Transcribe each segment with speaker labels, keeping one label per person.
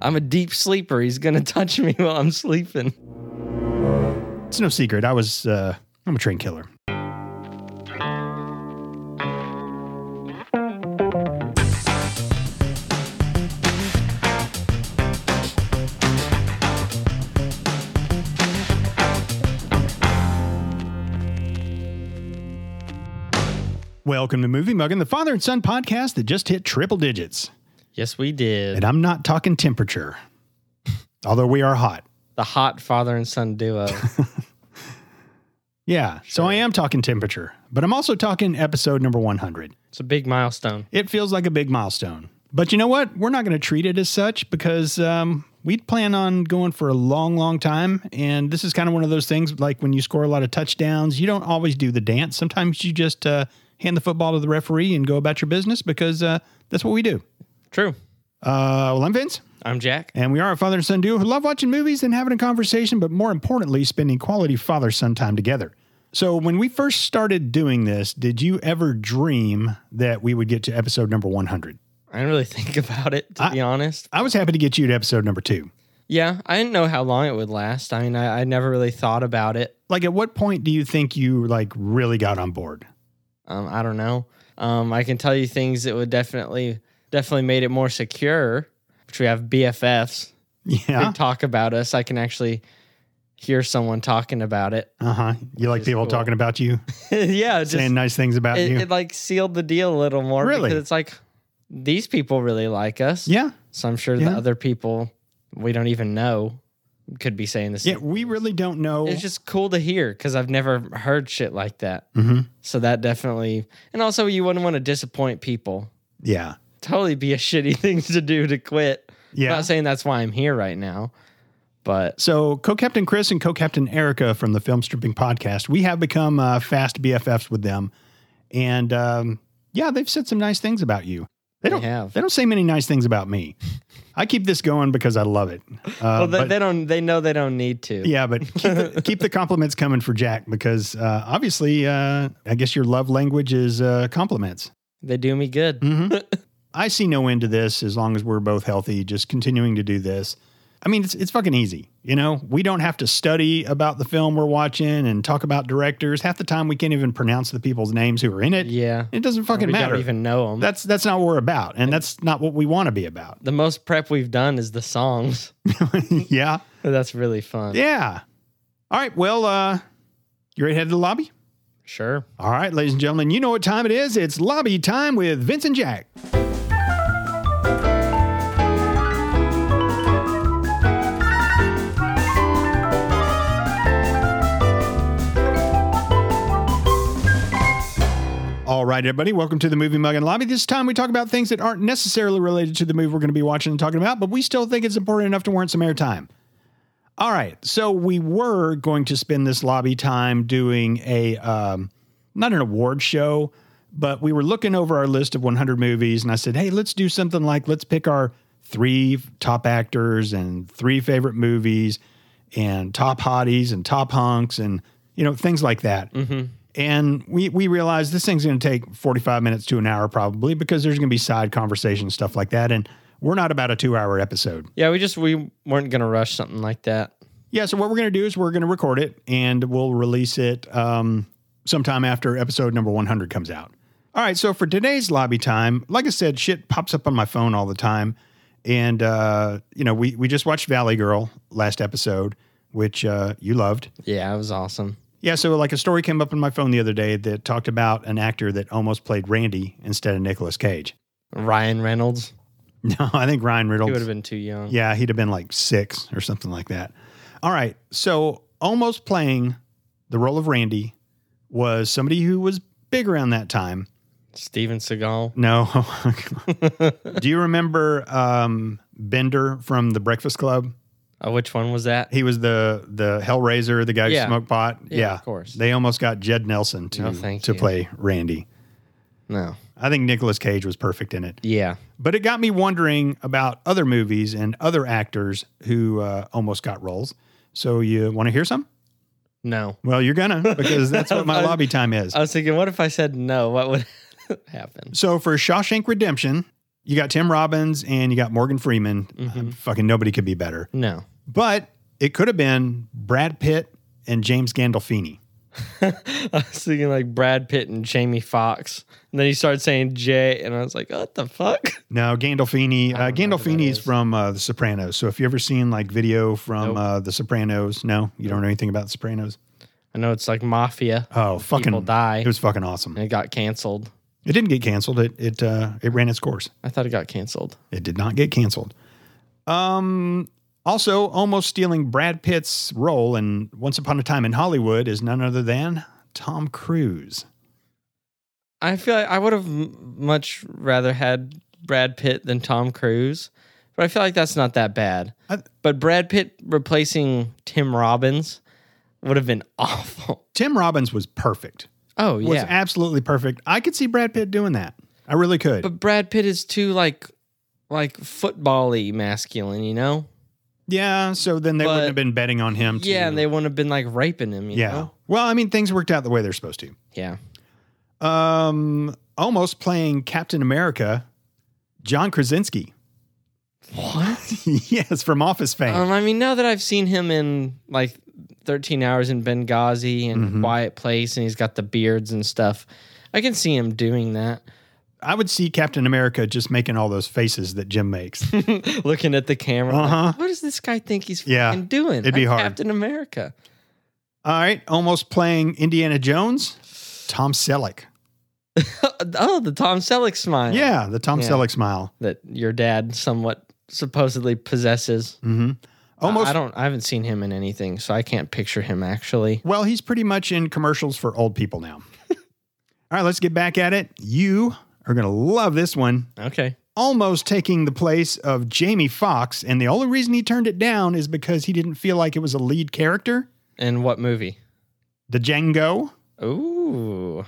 Speaker 1: I'm a deep sleeper. He's gonna touch me while I'm sleeping.
Speaker 2: It's no secret. I was, uh, I'm a train killer. Welcome to Movie Muggin, the father and son podcast that just hit triple digits.
Speaker 1: Yes, we did.
Speaker 2: And I'm not talking temperature, although we are hot.
Speaker 1: The hot father and son duo.
Speaker 2: Yeah. So I am talking temperature, but I'm also talking episode number 100.
Speaker 1: It's a big milestone.
Speaker 2: It feels like a big milestone. But you know what? We're not going to treat it as such because um, we plan on going for a long, long time. And this is kind of one of those things like when you score a lot of touchdowns, you don't always do the dance. Sometimes you just uh, hand the football to the referee and go about your business because uh, that's what we do.
Speaker 1: True.
Speaker 2: Uh, well, I'm Vince.
Speaker 1: I'm Jack.
Speaker 2: And we are a father and son duo who love watching movies and having a conversation, but more importantly, spending quality father son time together. So, when we first started doing this, did you ever dream that we would get to episode number 100?
Speaker 1: I didn't really think about it, to
Speaker 2: I-
Speaker 1: be honest.
Speaker 2: I was happy to get you to episode number two.
Speaker 1: Yeah, I didn't know how long it would last. I mean, I, I never really thought about it.
Speaker 2: Like, at what point do you think you like really got on board?
Speaker 1: Um, I don't know. Um, I can tell you things that would definitely, definitely made it more secure. Which we have BFFs. They
Speaker 2: Yeah.
Speaker 1: talk about us. I can actually hear someone talking about it.
Speaker 2: Uh huh. You like
Speaker 1: Just
Speaker 2: people
Speaker 1: cool.
Speaker 2: talking about you,
Speaker 1: yeah, just
Speaker 2: saying nice things about
Speaker 1: it,
Speaker 2: you.
Speaker 1: it like sealed the deal a little more.
Speaker 2: Really?
Speaker 1: because it's like these people really like us.
Speaker 2: yeah.
Speaker 1: So I'm sure
Speaker 2: Yeah.
Speaker 1: the other people we don't even know could be saying this.
Speaker 2: Yeah. We really don't know.
Speaker 1: It's just cool to hear because I've never heard shit like that.
Speaker 2: Mhm.
Speaker 1: So that definitely, and also you wouldn't want to disappoint people.
Speaker 2: Yeah.
Speaker 1: Totally be a shitty thing to do to quit.
Speaker 2: Yeah.
Speaker 1: I'm not saying that's why I'm here right now, but
Speaker 2: So, co captain Chris and co captain Erica from the Film Stripping Podcast, we have become uh, fast BFFs with them. And um, yeah, they've said some nice things about you. They
Speaker 1: They
Speaker 2: don't,
Speaker 1: have.
Speaker 2: They don't say many nice things about me. I keep this going because I love it. Uh,
Speaker 1: well, they,
Speaker 2: but-
Speaker 1: they don't. They know they don't need to.
Speaker 2: yeah, but keep the, keep the compliments coming for Jack because uh, obviously, uh, I guess your love language is uh, compliments.
Speaker 1: They do me good.
Speaker 2: Mm, Mm-hmm. I see no end to this as long as we're both healthy, just continuing to do this. I mean, it's, it's fucking easy. You know, we don't have to study about the film we're watching and talk about directors. Half the time, we can't even pronounce the people's names who are in it.
Speaker 1: Yeah.
Speaker 2: It doesn't fucking
Speaker 1: we
Speaker 2: matter.
Speaker 1: don't even know them.
Speaker 2: that's that's not what we're about, and that's not what we want to be about.
Speaker 1: the most prep we've done is the songs.
Speaker 2: yeah,
Speaker 1: That's really fun.
Speaker 2: yeah. All right. Well, uh, you ready to head to the lobby?
Speaker 1: Sure.
Speaker 2: All right, ladies and gentlemen, you know what time it is. It's lobby time with Vince and Jack. All right, everybody, welcome to the Movie Mug and Lobby. This time we talk about things that aren't necessarily related to the movie we're going to be watching and talking about, but we still think it's important enough to warrant some airtime. All right. So we were going to spend this lobby time doing a um, not an award show, but we were looking over our list of 100 movies, and I said, "Hey, let's do something like let's pick our three top actors and three favorite movies, and top hotties and top hunks, and you know things like that." And we we realized this thing's going to take 45 minutes to an hour probably because there's going to be side conversation stuff like that, and we're not about a two hour episode.
Speaker 1: Yeah, we just we weren't gonna rush something like that.
Speaker 2: Yeah, so what we're going to do is we're going to record it and we'll release it um, sometime after episode number 100 comes out. All right, so for today's lobby time, like I said, shit pops up on my phone all the time. And, uh, you know, we, we just watched Valley Girl last episode, which uh, you loved.
Speaker 1: Yeah, it was awesome.
Speaker 2: Yeah, so like a story came up on my phone the other day that talked about an actor that almost played Randy instead of Nicolas Cage.
Speaker 1: Ryan Reynolds.
Speaker 2: No, I think Ryan Riddle.
Speaker 1: He would have been too young.
Speaker 2: Yeah, he'd have been like six or something like that. All right. So almost playing the role of Randy was somebody who was big around that time.
Speaker 1: Steven Seagal.
Speaker 2: No. Do you remember um, Bender from The Breakfast Club?
Speaker 1: Oh, which one was that?
Speaker 2: He was the the Hellraiser, the guy who
Speaker 1: Yeah.
Speaker 2: smoked pot.
Speaker 1: Yeah,
Speaker 2: Yeah,
Speaker 1: of course.
Speaker 2: They almost got Jed Nelson to
Speaker 1: No, thank
Speaker 2: to
Speaker 1: you.
Speaker 2: play Randy.
Speaker 1: No.
Speaker 2: I think Nicolas Cage was perfect in it.
Speaker 1: Yeah.
Speaker 2: But it got me wondering about other movies and other actors who uh, almost got roles. So you want to hear some?
Speaker 1: No.
Speaker 2: Well, you're gonna because that's what my
Speaker 1: I-
Speaker 2: lobby time is.
Speaker 1: I was thinking, what if I said no? What would happen?
Speaker 2: So for Shawshank Redemption, You got Tim Robbins and you got Morgan Freeman.
Speaker 1: Mm-hmm.
Speaker 2: Uh, fucking nobody could be better.
Speaker 1: No.
Speaker 2: But it could have been Brad Pitt and James Gandolfini.
Speaker 1: I was thinking like Brad Pitt and Jamie Foxx. And then he started saying Jay, and I was like, what the fuck?
Speaker 2: No, Gandolfini. Uh,
Speaker 1: don't know who that
Speaker 2: Gandolfini is
Speaker 1: is.
Speaker 2: from uh, The Sopranos. So if you ever seen like video from
Speaker 1: Nope.
Speaker 2: uh, The Sopranos, no, you don't know anything about The Sopranos.
Speaker 1: I know it's like mafia.
Speaker 2: Oh, fucking
Speaker 1: People die.
Speaker 2: It was fucking awesome.
Speaker 1: and it got canceled.
Speaker 2: It didn't get canceled. It it uh, it ran its course.
Speaker 1: I thought it got canceled.
Speaker 2: It did not get canceled. Um, also, almost stealing Brad Pitt's role in Once Upon a Time in Hollywood is none other than Tom Cruise.
Speaker 1: I feel like I would have m- much rather had Brad Pitt than Tom Cruise, but I feel like that's not that bad.
Speaker 2: I-
Speaker 1: but Brad Pitt replacing Tim Robbins would have been awful.
Speaker 2: Tim Robbins was perfect.
Speaker 1: Oh
Speaker 2: Was
Speaker 1: yeah,
Speaker 2: absolutely perfect. I could see Brad Pitt doing that. I really could.
Speaker 1: but Brad Pitt is too like like football-y masculine, you know?
Speaker 2: yeah. So then they
Speaker 1: But-
Speaker 2: wouldn't have been betting on him. to-
Speaker 1: Yeah, and they wouldn't have been like raping him. You
Speaker 2: Yeah.
Speaker 1: Know?
Speaker 2: Well, I mean, things worked out the way they're supposed to.
Speaker 1: Yeah.
Speaker 2: Um, almost playing Captain America, John Krasinski.
Speaker 1: What?
Speaker 2: yes, from Office fame.
Speaker 1: Um, I mean, now that I've seen him in like 13 hours in Benghazi and
Speaker 2: Mhm.
Speaker 1: Quiet Place, and he's got the beards and stuff, I can see him doing that.
Speaker 2: I would see Captain America just making all those faces that Jim makes.
Speaker 1: Looking at the camera. like,
Speaker 2: Uh-huh.
Speaker 1: what does this guy think he's
Speaker 2: Yeah.
Speaker 1: fucking doing?
Speaker 2: It'd be
Speaker 1: I'm
Speaker 2: hard.
Speaker 1: Captain America.
Speaker 2: all right, almost playing Indiana Jones, Tom Selleck.
Speaker 1: oh, the Tom Selleck smile.
Speaker 2: Yeah, the Tom
Speaker 1: Yeah.
Speaker 2: Selleck smile.
Speaker 1: That your dad somewhat supposedly possesses.
Speaker 2: hmm Almost.
Speaker 1: I don't, I haven't seen him in anything, so I can't picture him actually.
Speaker 2: well, he's pretty much in commercials for old people now. all right, let's get back at it. You are going to love this one.
Speaker 1: Okay.
Speaker 2: almost taking the place of Jamie Foxx, and the only reason he turned it down is because he didn't feel like it was a lead character.
Speaker 1: And what movie?
Speaker 2: The Django,
Speaker 1: Ooh.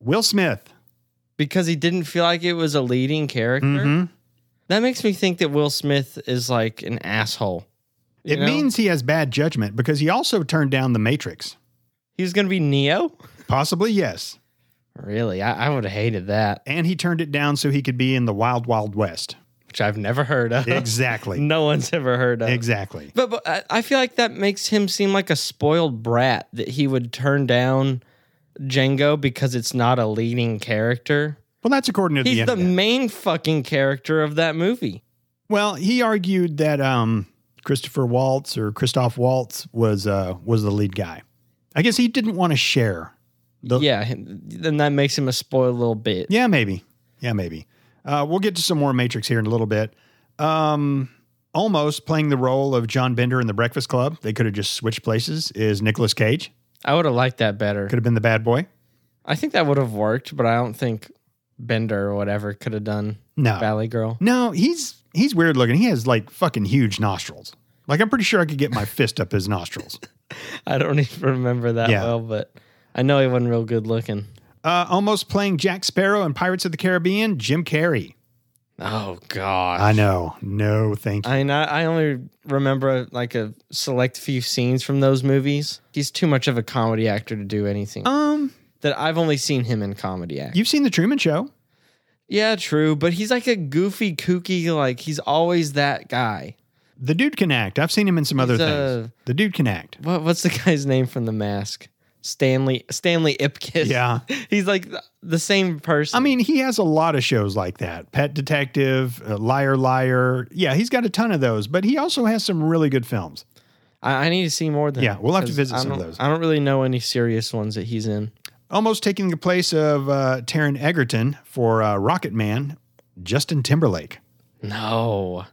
Speaker 2: Will Smith.
Speaker 1: Because he didn't feel like it was a leading character.
Speaker 2: Mhm.
Speaker 1: That makes me think that Will Smith is like an asshole. You
Speaker 2: It
Speaker 1: know?
Speaker 2: means he has bad judgment because he also turned down The Matrix.
Speaker 1: he's going to be Neo?
Speaker 2: Possibly, yes.
Speaker 1: Really? I, I would have hated that,
Speaker 2: And he turned it down so he could be in the Wild Wild West.
Speaker 1: which I've never heard of.
Speaker 2: Exactly.
Speaker 1: no one's ever heard of.
Speaker 2: exactly.
Speaker 1: But, but I- I feel like that makes him seem like a spoiled brat that he would turn down Django because it's not a leading character.
Speaker 2: Well, that's according to the
Speaker 1: He's the
Speaker 2: internet.
Speaker 1: main fucking character of that movie.
Speaker 2: well, he argued that um, Christopher Waltz or Christoph Waltz was uh, was the lead guy. I guess he didn't want to share the,
Speaker 1: yeah, him- then that makes him a spoiled little bit.
Speaker 2: Yeah, maybe. Yeah, maybe. Uh, we'll get to some more Matrix here in a little bit. Um, almost playing the role of John Bender in The Breakfast Club. They could have just switched places. Is Nicolas Cage
Speaker 1: I would have liked that better.
Speaker 2: could have been the bad boy?
Speaker 1: I think that would have worked, but I don't think Bender or whatever could have done
Speaker 2: No,
Speaker 1: Valley Girl.
Speaker 2: no. He's he's weird looking. He has like fucking huge nostrils. Like I'm pretty sure I could get my fist up his nostrils.
Speaker 1: I don't even remember that
Speaker 2: Yeah.
Speaker 1: well, but I know he wasn't real good looking.
Speaker 2: Uh, almost playing Jack Sparrow in Pirates of the Caribbean. Jim Carrey.
Speaker 1: Oh god.
Speaker 2: I know. No, thank you.
Speaker 1: I mean, I, I only remember like a select few scenes from those movies. He's too much of a comedy actor to do anything
Speaker 2: Um,
Speaker 1: that I've only seen him in comedy act.
Speaker 2: you've seen the Truman Show.
Speaker 1: yeah, true, but he's like a goofy, kooky, like he's always that guy.
Speaker 2: The dude can act. I've seen him in some other
Speaker 1: He's,
Speaker 2: things.
Speaker 1: uh,
Speaker 2: the dude can act.
Speaker 1: What what's the guy's name from The Mask? Stanley Stanley Ipkiss.
Speaker 2: Yeah.
Speaker 1: he's like the, the same person.
Speaker 2: I mean, he has a lot of shows like that Pet Detective, uh, Liar Liar. Yeah, he's got a ton of those, but he also has some really good films.
Speaker 1: I, I need to see more than
Speaker 2: Yeah, we'll have to
Speaker 1: 'cause
Speaker 2: visit
Speaker 1: I
Speaker 2: some of
Speaker 1: don't-
Speaker 2: those.
Speaker 1: I don't really know any serious ones that he's in.
Speaker 2: Almost taking the place of uh, Taryn Egerton for uh, Rocket Man, Justin Timberlake.
Speaker 1: No,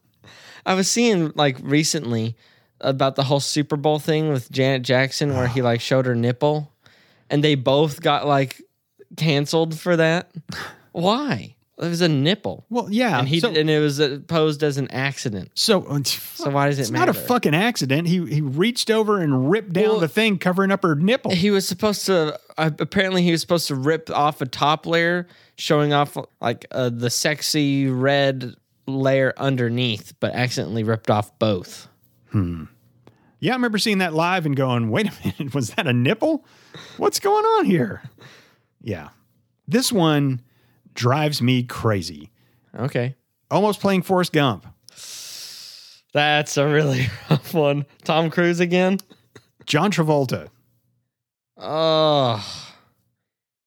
Speaker 1: I was seeing like recently about the whole Super Bowl thing with Janet Jackson, where he like showed her nipple, and they both got like canceled for that. Why? It was a nipple,
Speaker 2: Well, yeah.
Speaker 1: and he
Speaker 2: so,
Speaker 1: and it was uh, posed as an accident.
Speaker 2: so, uh,
Speaker 1: So why does it
Speaker 2: it's
Speaker 1: matter?
Speaker 2: not a fucking accident. He he reached over and ripped down
Speaker 1: Well-
Speaker 2: the thing covering up her nipple.
Speaker 1: He was supposed to. Uh, apparently, he was supposed to rip off a top layer, showing off like uh, the sexy red layer underneath, but accidentally ripped off both.
Speaker 2: Yeah, I remember seeing that live and going, wait a minute, was that a nipple? What's going on here? Yeah. This one drives me crazy.
Speaker 1: Okay.
Speaker 2: Almost playing Forrest Gump.
Speaker 1: That's a really rough one. Tom Cruise again.
Speaker 2: John Travolta.
Speaker 1: Oh,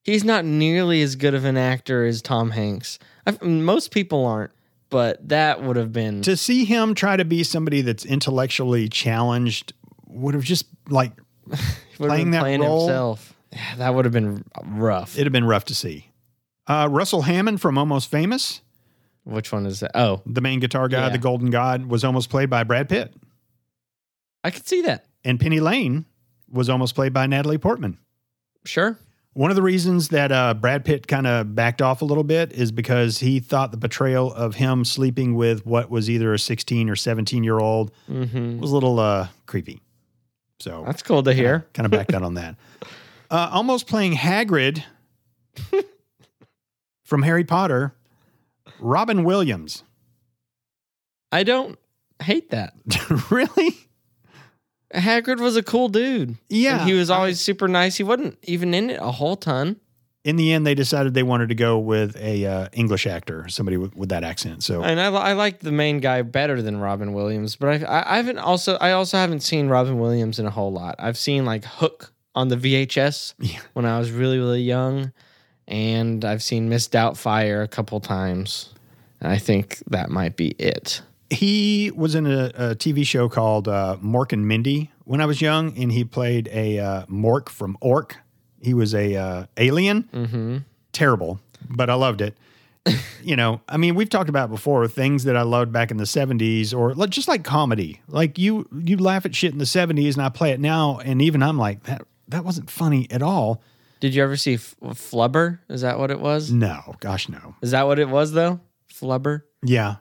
Speaker 1: he's not nearly as good of an actor as Tom Hanks. I've, most people aren't, but that would have been.
Speaker 2: To see him try to be somebody that's intellectually challenged would have just like
Speaker 1: would have been
Speaker 2: playing that role-
Speaker 1: himself. Yeah, that would have been rough.
Speaker 2: it'd have been rough to see. Uh, Russell Hammond from Almost Famous,
Speaker 1: Which one is that? Oh,
Speaker 2: the main guitar guy,
Speaker 1: Yeah.
Speaker 2: the Golden God, was almost played by Brad Pitt,
Speaker 1: I could see that.
Speaker 2: and Penny Lane was almost played by Natalie Portman.
Speaker 1: Sure.
Speaker 2: One of the reasons that uh, Brad Pitt kind of backed off a little bit is because he thought the portrayal of him sleeping with what was either a 16 or 17 year old
Speaker 1: hmm
Speaker 2: was a little uh, creepy. So
Speaker 1: That's cool to hear.
Speaker 2: Kind of backed out on that. Uh, almost playing Hagrid from Harry Potter, Robin Williams.
Speaker 1: I don't hate that.
Speaker 2: really?
Speaker 1: Hagrid was a cool dude.
Speaker 2: Yeah.
Speaker 1: And he was
Speaker 2: I-
Speaker 1: always super nice. He wasn't even in it a whole ton.
Speaker 2: in the end, they decided they wanted to go with a uh, English actor, somebody with, with that accent. So
Speaker 1: And I, li- I like the main guy better than Robin Williams, but I, I, I haven't also I also haven't seen Robin Williams in a whole lot. I've seen like Hook on the VHS
Speaker 2: Yeah.
Speaker 1: when I was really really young, and I've seen Miss Doubtfire a couple times. And I think that might be it.
Speaker 2: he was in a, a TV show called uh, Mork and Mindy when I was young, and he played a uh, Mork from Ork. He was a uh, alien.
Speaker 1: Mm-hmm.
Speaker 2: terrible, but I loved it. you know, I mean, we've talked about before things that I loved back in the 70s or like, just like comedy. Like you you laugh at shit in the 70s and I play it now and even I'm like that that wasn't funny at all.
Speaker 1: Did you ever see F- Flubber? Is that what it was?
Speaker 2: No, gosh no.
Speaker 1: Is that what it was though? Flubber.
Speaker 2: Yeah.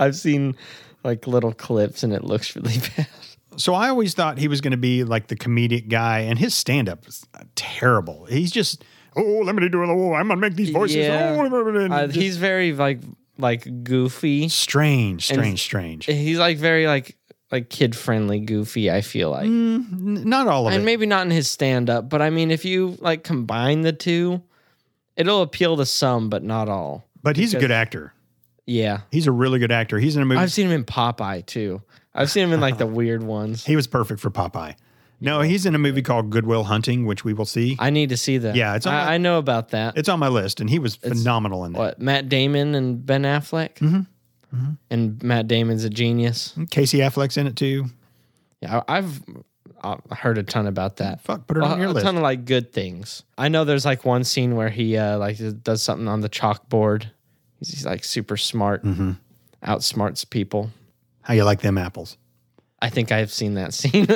Speaker 1: I've seen like little clips and it looks really bad.
Speaker 2: So I always thought he was going to be like the comedic guy and his stand up is uh, terrible. He's just oh, let me do it. Oh, I'm going to make these voices.
Speaker 1: Yeah.
Speaker 2: Oh, blah, blah, blah," and
Speaker 1: Uh,
Speaker 2: just
Speaker 1: he's very like like goofy.
Speaker 2: strange,
Speaker 1: and-
Speaker 2: strange, strange.
Speaker 1: He's like very like like kid friendly goofy. I feel like,
Speaker 2: Mm, n- not all of
Speaker 1: and
Speaker 2: it.
Speaker 1: maybe not in his stand up, but I mean, if you like combine the two, it'll appeal to some, but not all.
Speaker 2: but he's a
Speaker 1: because-
Speaker 2: good actor.
Speaker 1: Yeah,
Speaker 2: He's a really good actor. He's in a movie
Speaker 1: I've seen him in Popeye too. I've seen him in like the weird ones.
Speaker 2: He was perfect for Popeye. No, he's in a movie called Goodwill Hunting, which we will see.
Speaker 1: I need to see that.
Speaker 2: Yeah, it's on my-
Speaker 1: I, I know about that.
Speaker 2: It's on my list, and he was
Speaker 1: It's-
Speaker 2: phenomenal in that.
Speaker 1: what Matt Damon and Ben Affleck,
Speaker 2: Mhm.
Speaker 1: and Matt Damon's a genius.
Speaker 2: Casey Affleck's in it too.
Speaker 1: Yeah, I- I've uh, heard a ton about that.
Speaker 2: Fuck, put it
Speaker 1: Well, uh,
Speaker 2: on your
Speaker 1: a
Speaker 2: list.
Speaker 1: ton of like good things. I know there's like one scene where he uh, like does something on the chalkboard. He's, he's like super smart,
Speaker 2: Mhm.
Speaker 1: outsmarts people.
Speaker 2: How you like them apples?
Speaker 1: I think I've seen that scene.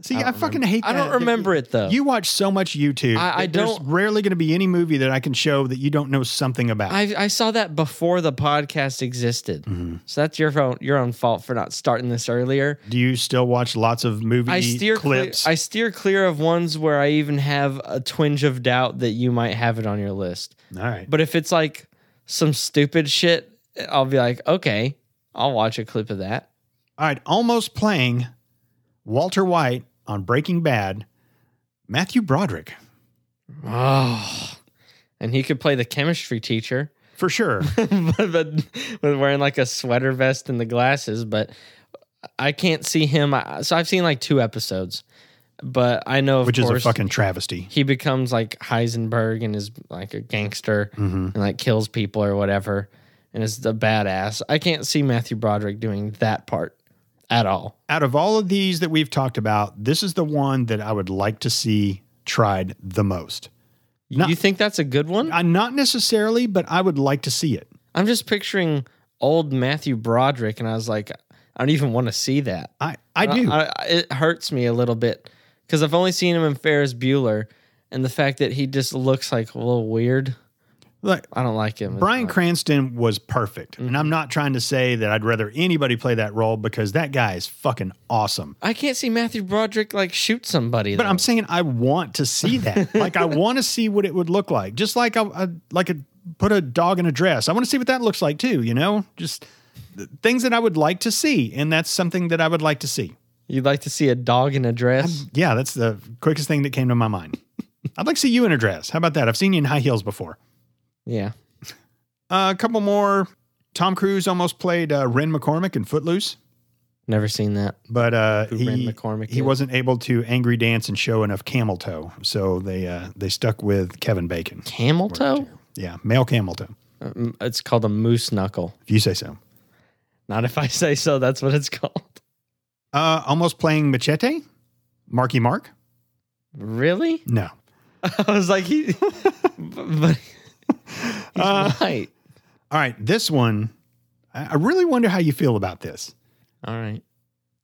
Speaker 2: See, I, fucking hate.
Speaker 1: I
Speaker 2: that.
Speaker 1: don't remember it though.
Speaker 2: You watch so much YouTube.
Speaker 1: I- I
Speaker 2: that there's
Speaker 1: don't-
Speaker 2: rarely going to be any movie that I can show that you don't know something about.
Speaker 1: I, I saw that before the podcast existed,
Speaker 2: Mm-hmm.
Speaker 1: so that's your own your own fault for not starting this earlier.
Speaker 2: Do you still watch lots of movie
Speaker 1: I steer
Speaker 2: clips?
Speaker 1: Clear, I steer clear of ones where I even have a twinge of doubt that you might have it on your list.
Speaker 2: All right.
Speaker 1: But if it's like some stupid shit, I'll be like, okay, I'll watch a clip of that.
Speaker 2: All right, almost playing Walter White on Breaking Bad. Matthew Broderick.
Speaker 1: Oh, and he could play the chemistry teacher,
Speaker 2: For sure.
Speaker 1: but, but with wearing like a sweater vest and the glasses. But I can't see him. I- So I've seen like two episodes, but I know of
Speaker 2: which is
Speaker 1: course
Speaker 2: a fucking travesty.
Speaker 1: he becomes like Heisenberg and is like a gangster
Speaker 2: Mm-hmm.
Speaker 1: and like kills people or whatever, and is the badass. I can't see Matthew Broderick doing that part at all.
Speaker 2: out of all of these that we've talked about, this is the one that I would like to see tried the most. Not-
Speaker 1: you think that's a good one?
Speaker 2: Uh, not necessarily, but I would like to see it.
Speaker 1: I'm just picturing old Matthew Broderick, and I was like, I don't even want to see that.
Speaker 2: I, I do.
Speaker 1: Uh, I, I- it hurts me a little bit because I've only seen him in Ferris Bueller, and the fact that he just looks like a little weird.
Speaker 2: Look,
Speaker 1: I don't like him. as
Speaker 2: Brian
Speaker 1: much.
Speaker 2: Cranston was perfect. And I'm not trying to say that I'd rather anybody play that role because that guy is fucking awesome.
Speaker 1: I can't see Matthew Broderick like shoot somebody.
Speaker 2: But I'm saying I want to see that. like I want to see what it would look like. Just like I, I like a put a dog in a dress. I want to see what that looks like too, you know? Just th- things that I would like to see and that's something that I would like to see.
Speaker 1: You'd like to see a dog in a dress?
Speaker 2: Yeah, that's the quickest thing that came to my mind. I'd like to see you in a dress. How about that? I've seen you in high heels before.
Speaker 1: yeah.
Speaker 2: Uh, a couple more. Tom Cruise almost played uh, Ren McCormick in Footloose,
Speaker 1: Never seen that.
Speaker 2: but uh,
Speaker 1: Who
Speaker 2: he
Speaker 1: Ren McCormick
Speaker 2: he
Speaker 1: is.
Speaker 2: wasn't able to angry dance and show enough camel toe, so they uh, they stuck with Kevin Bacon.
Speaker 1: Camel toe?
Speaker 2: Yeah, male camel toe,
Speaker 1: Um, It's called a moose knuckle.
Speaker 2: if you say so.
Speaker 1: Not if I say so, that's what it's called.
Speaker 2: Uh, almost playing Machete, Marky Mark.
Speaker 1: Really?
Speaker 2: No,
Speaker 1: I was like, he, but he's
Speaker 2: Uh,
Speaker 1: right.
Speaker 2: all right, this one. I I really wonder how you feel about this.
Speaker 1: All right.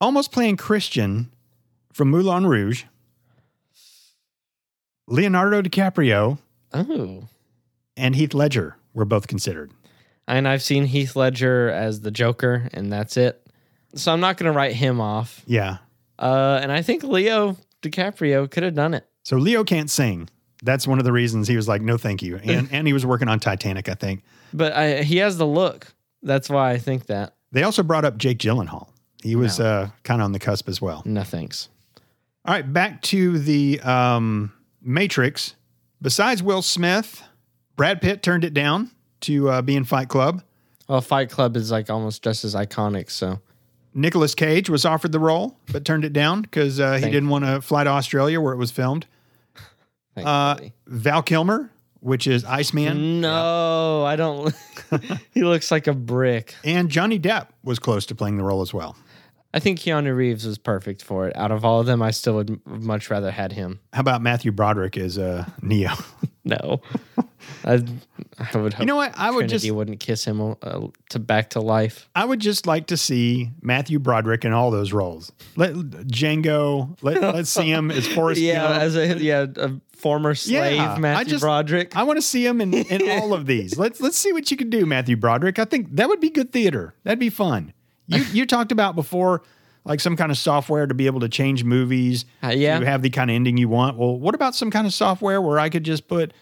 Speaker 2: almost playing Christian from Moulin Rouge, Leonardo DiCaprio
Speaker 1: Oh,
Speaker 2: and Heath Ledger were both considered.
Speaker 1: and I've seen Heath Ledger as the Joker, and that's it. So I'm not going to write him off.
Speaker 2: Yeah.
Speaker 1: Uh, and I think Leo DiCaprio could have done it.
Speaker 2: So Leo can't sing. That's one of the reasons he was like, no, thank you. And, and he was working on Titanic, I think.
Speaker 1: But I, he has the look. That's why I think that.
Speaker 2: They also brought up Jake Gyllenhaal. He was
Speaker 1: No.
Speaker 2: uh, kind of on the cusp as well.
Speaker 1: No thanks.
Speaker 2: All right, back to the um, Matrix. Besides Will Smith, Brad Pitt turned it down to uh, be in Fight Club.
Speaker 1: Well, Fight Club is like almost just as iconic. So
Speaker 2: Nicolas Cage was offered the role, but turned it down because uh, he
Speaker 1: Thank-
Speaker 2: didn't want to fly to Australia where it was filmed. Uh,
Speaker 1: thankfully.
Speaker 2: Val Kilmer, which is
Speaker 1: Mm-hmm.
Speaker 2: Iceman,
Speaker 1: no, I don't. he looks like a brick.
Speaker 2: and Johnny Depp was close to playing the role as well.
Speaker 1: I think Keanu Reeves was perfect for it. Out of all of them, I still would m- much rather had him.
Speaker 2: How about Matthew Broderick as uh, Neo?
Speaker 1: No, I, I would hope
Speaker 2: you know what? I would
Speaker 1: Trinity
Speaker 2: just,
Speaker 1: wouldn't kiss him uh, to back to life.
Speaker 2: I would just like to see Matthew Broderick in all those roles. Let Django. Let, let's see him as Forrest
Speaker 1: Yeah,
Speaker 2: Gump.
Speaker 1: as a yeah a former slave,
Speaker 2: Yeah, I
Speaker 1: Matthew
Speaker 2: just-
Speaker 1: Broderick.
Speaker 2: I want to see him in, in all of these. Let's let's see what you can do, Matthew Broderick. I think that would be good theater. That'd be fun. You you talked about before like some kind of software to be able to change movies.
Speaker 1: Uh, yeah.
Speaker 2: You have the kind of ending you want. Well, what about some kind of software where I could just put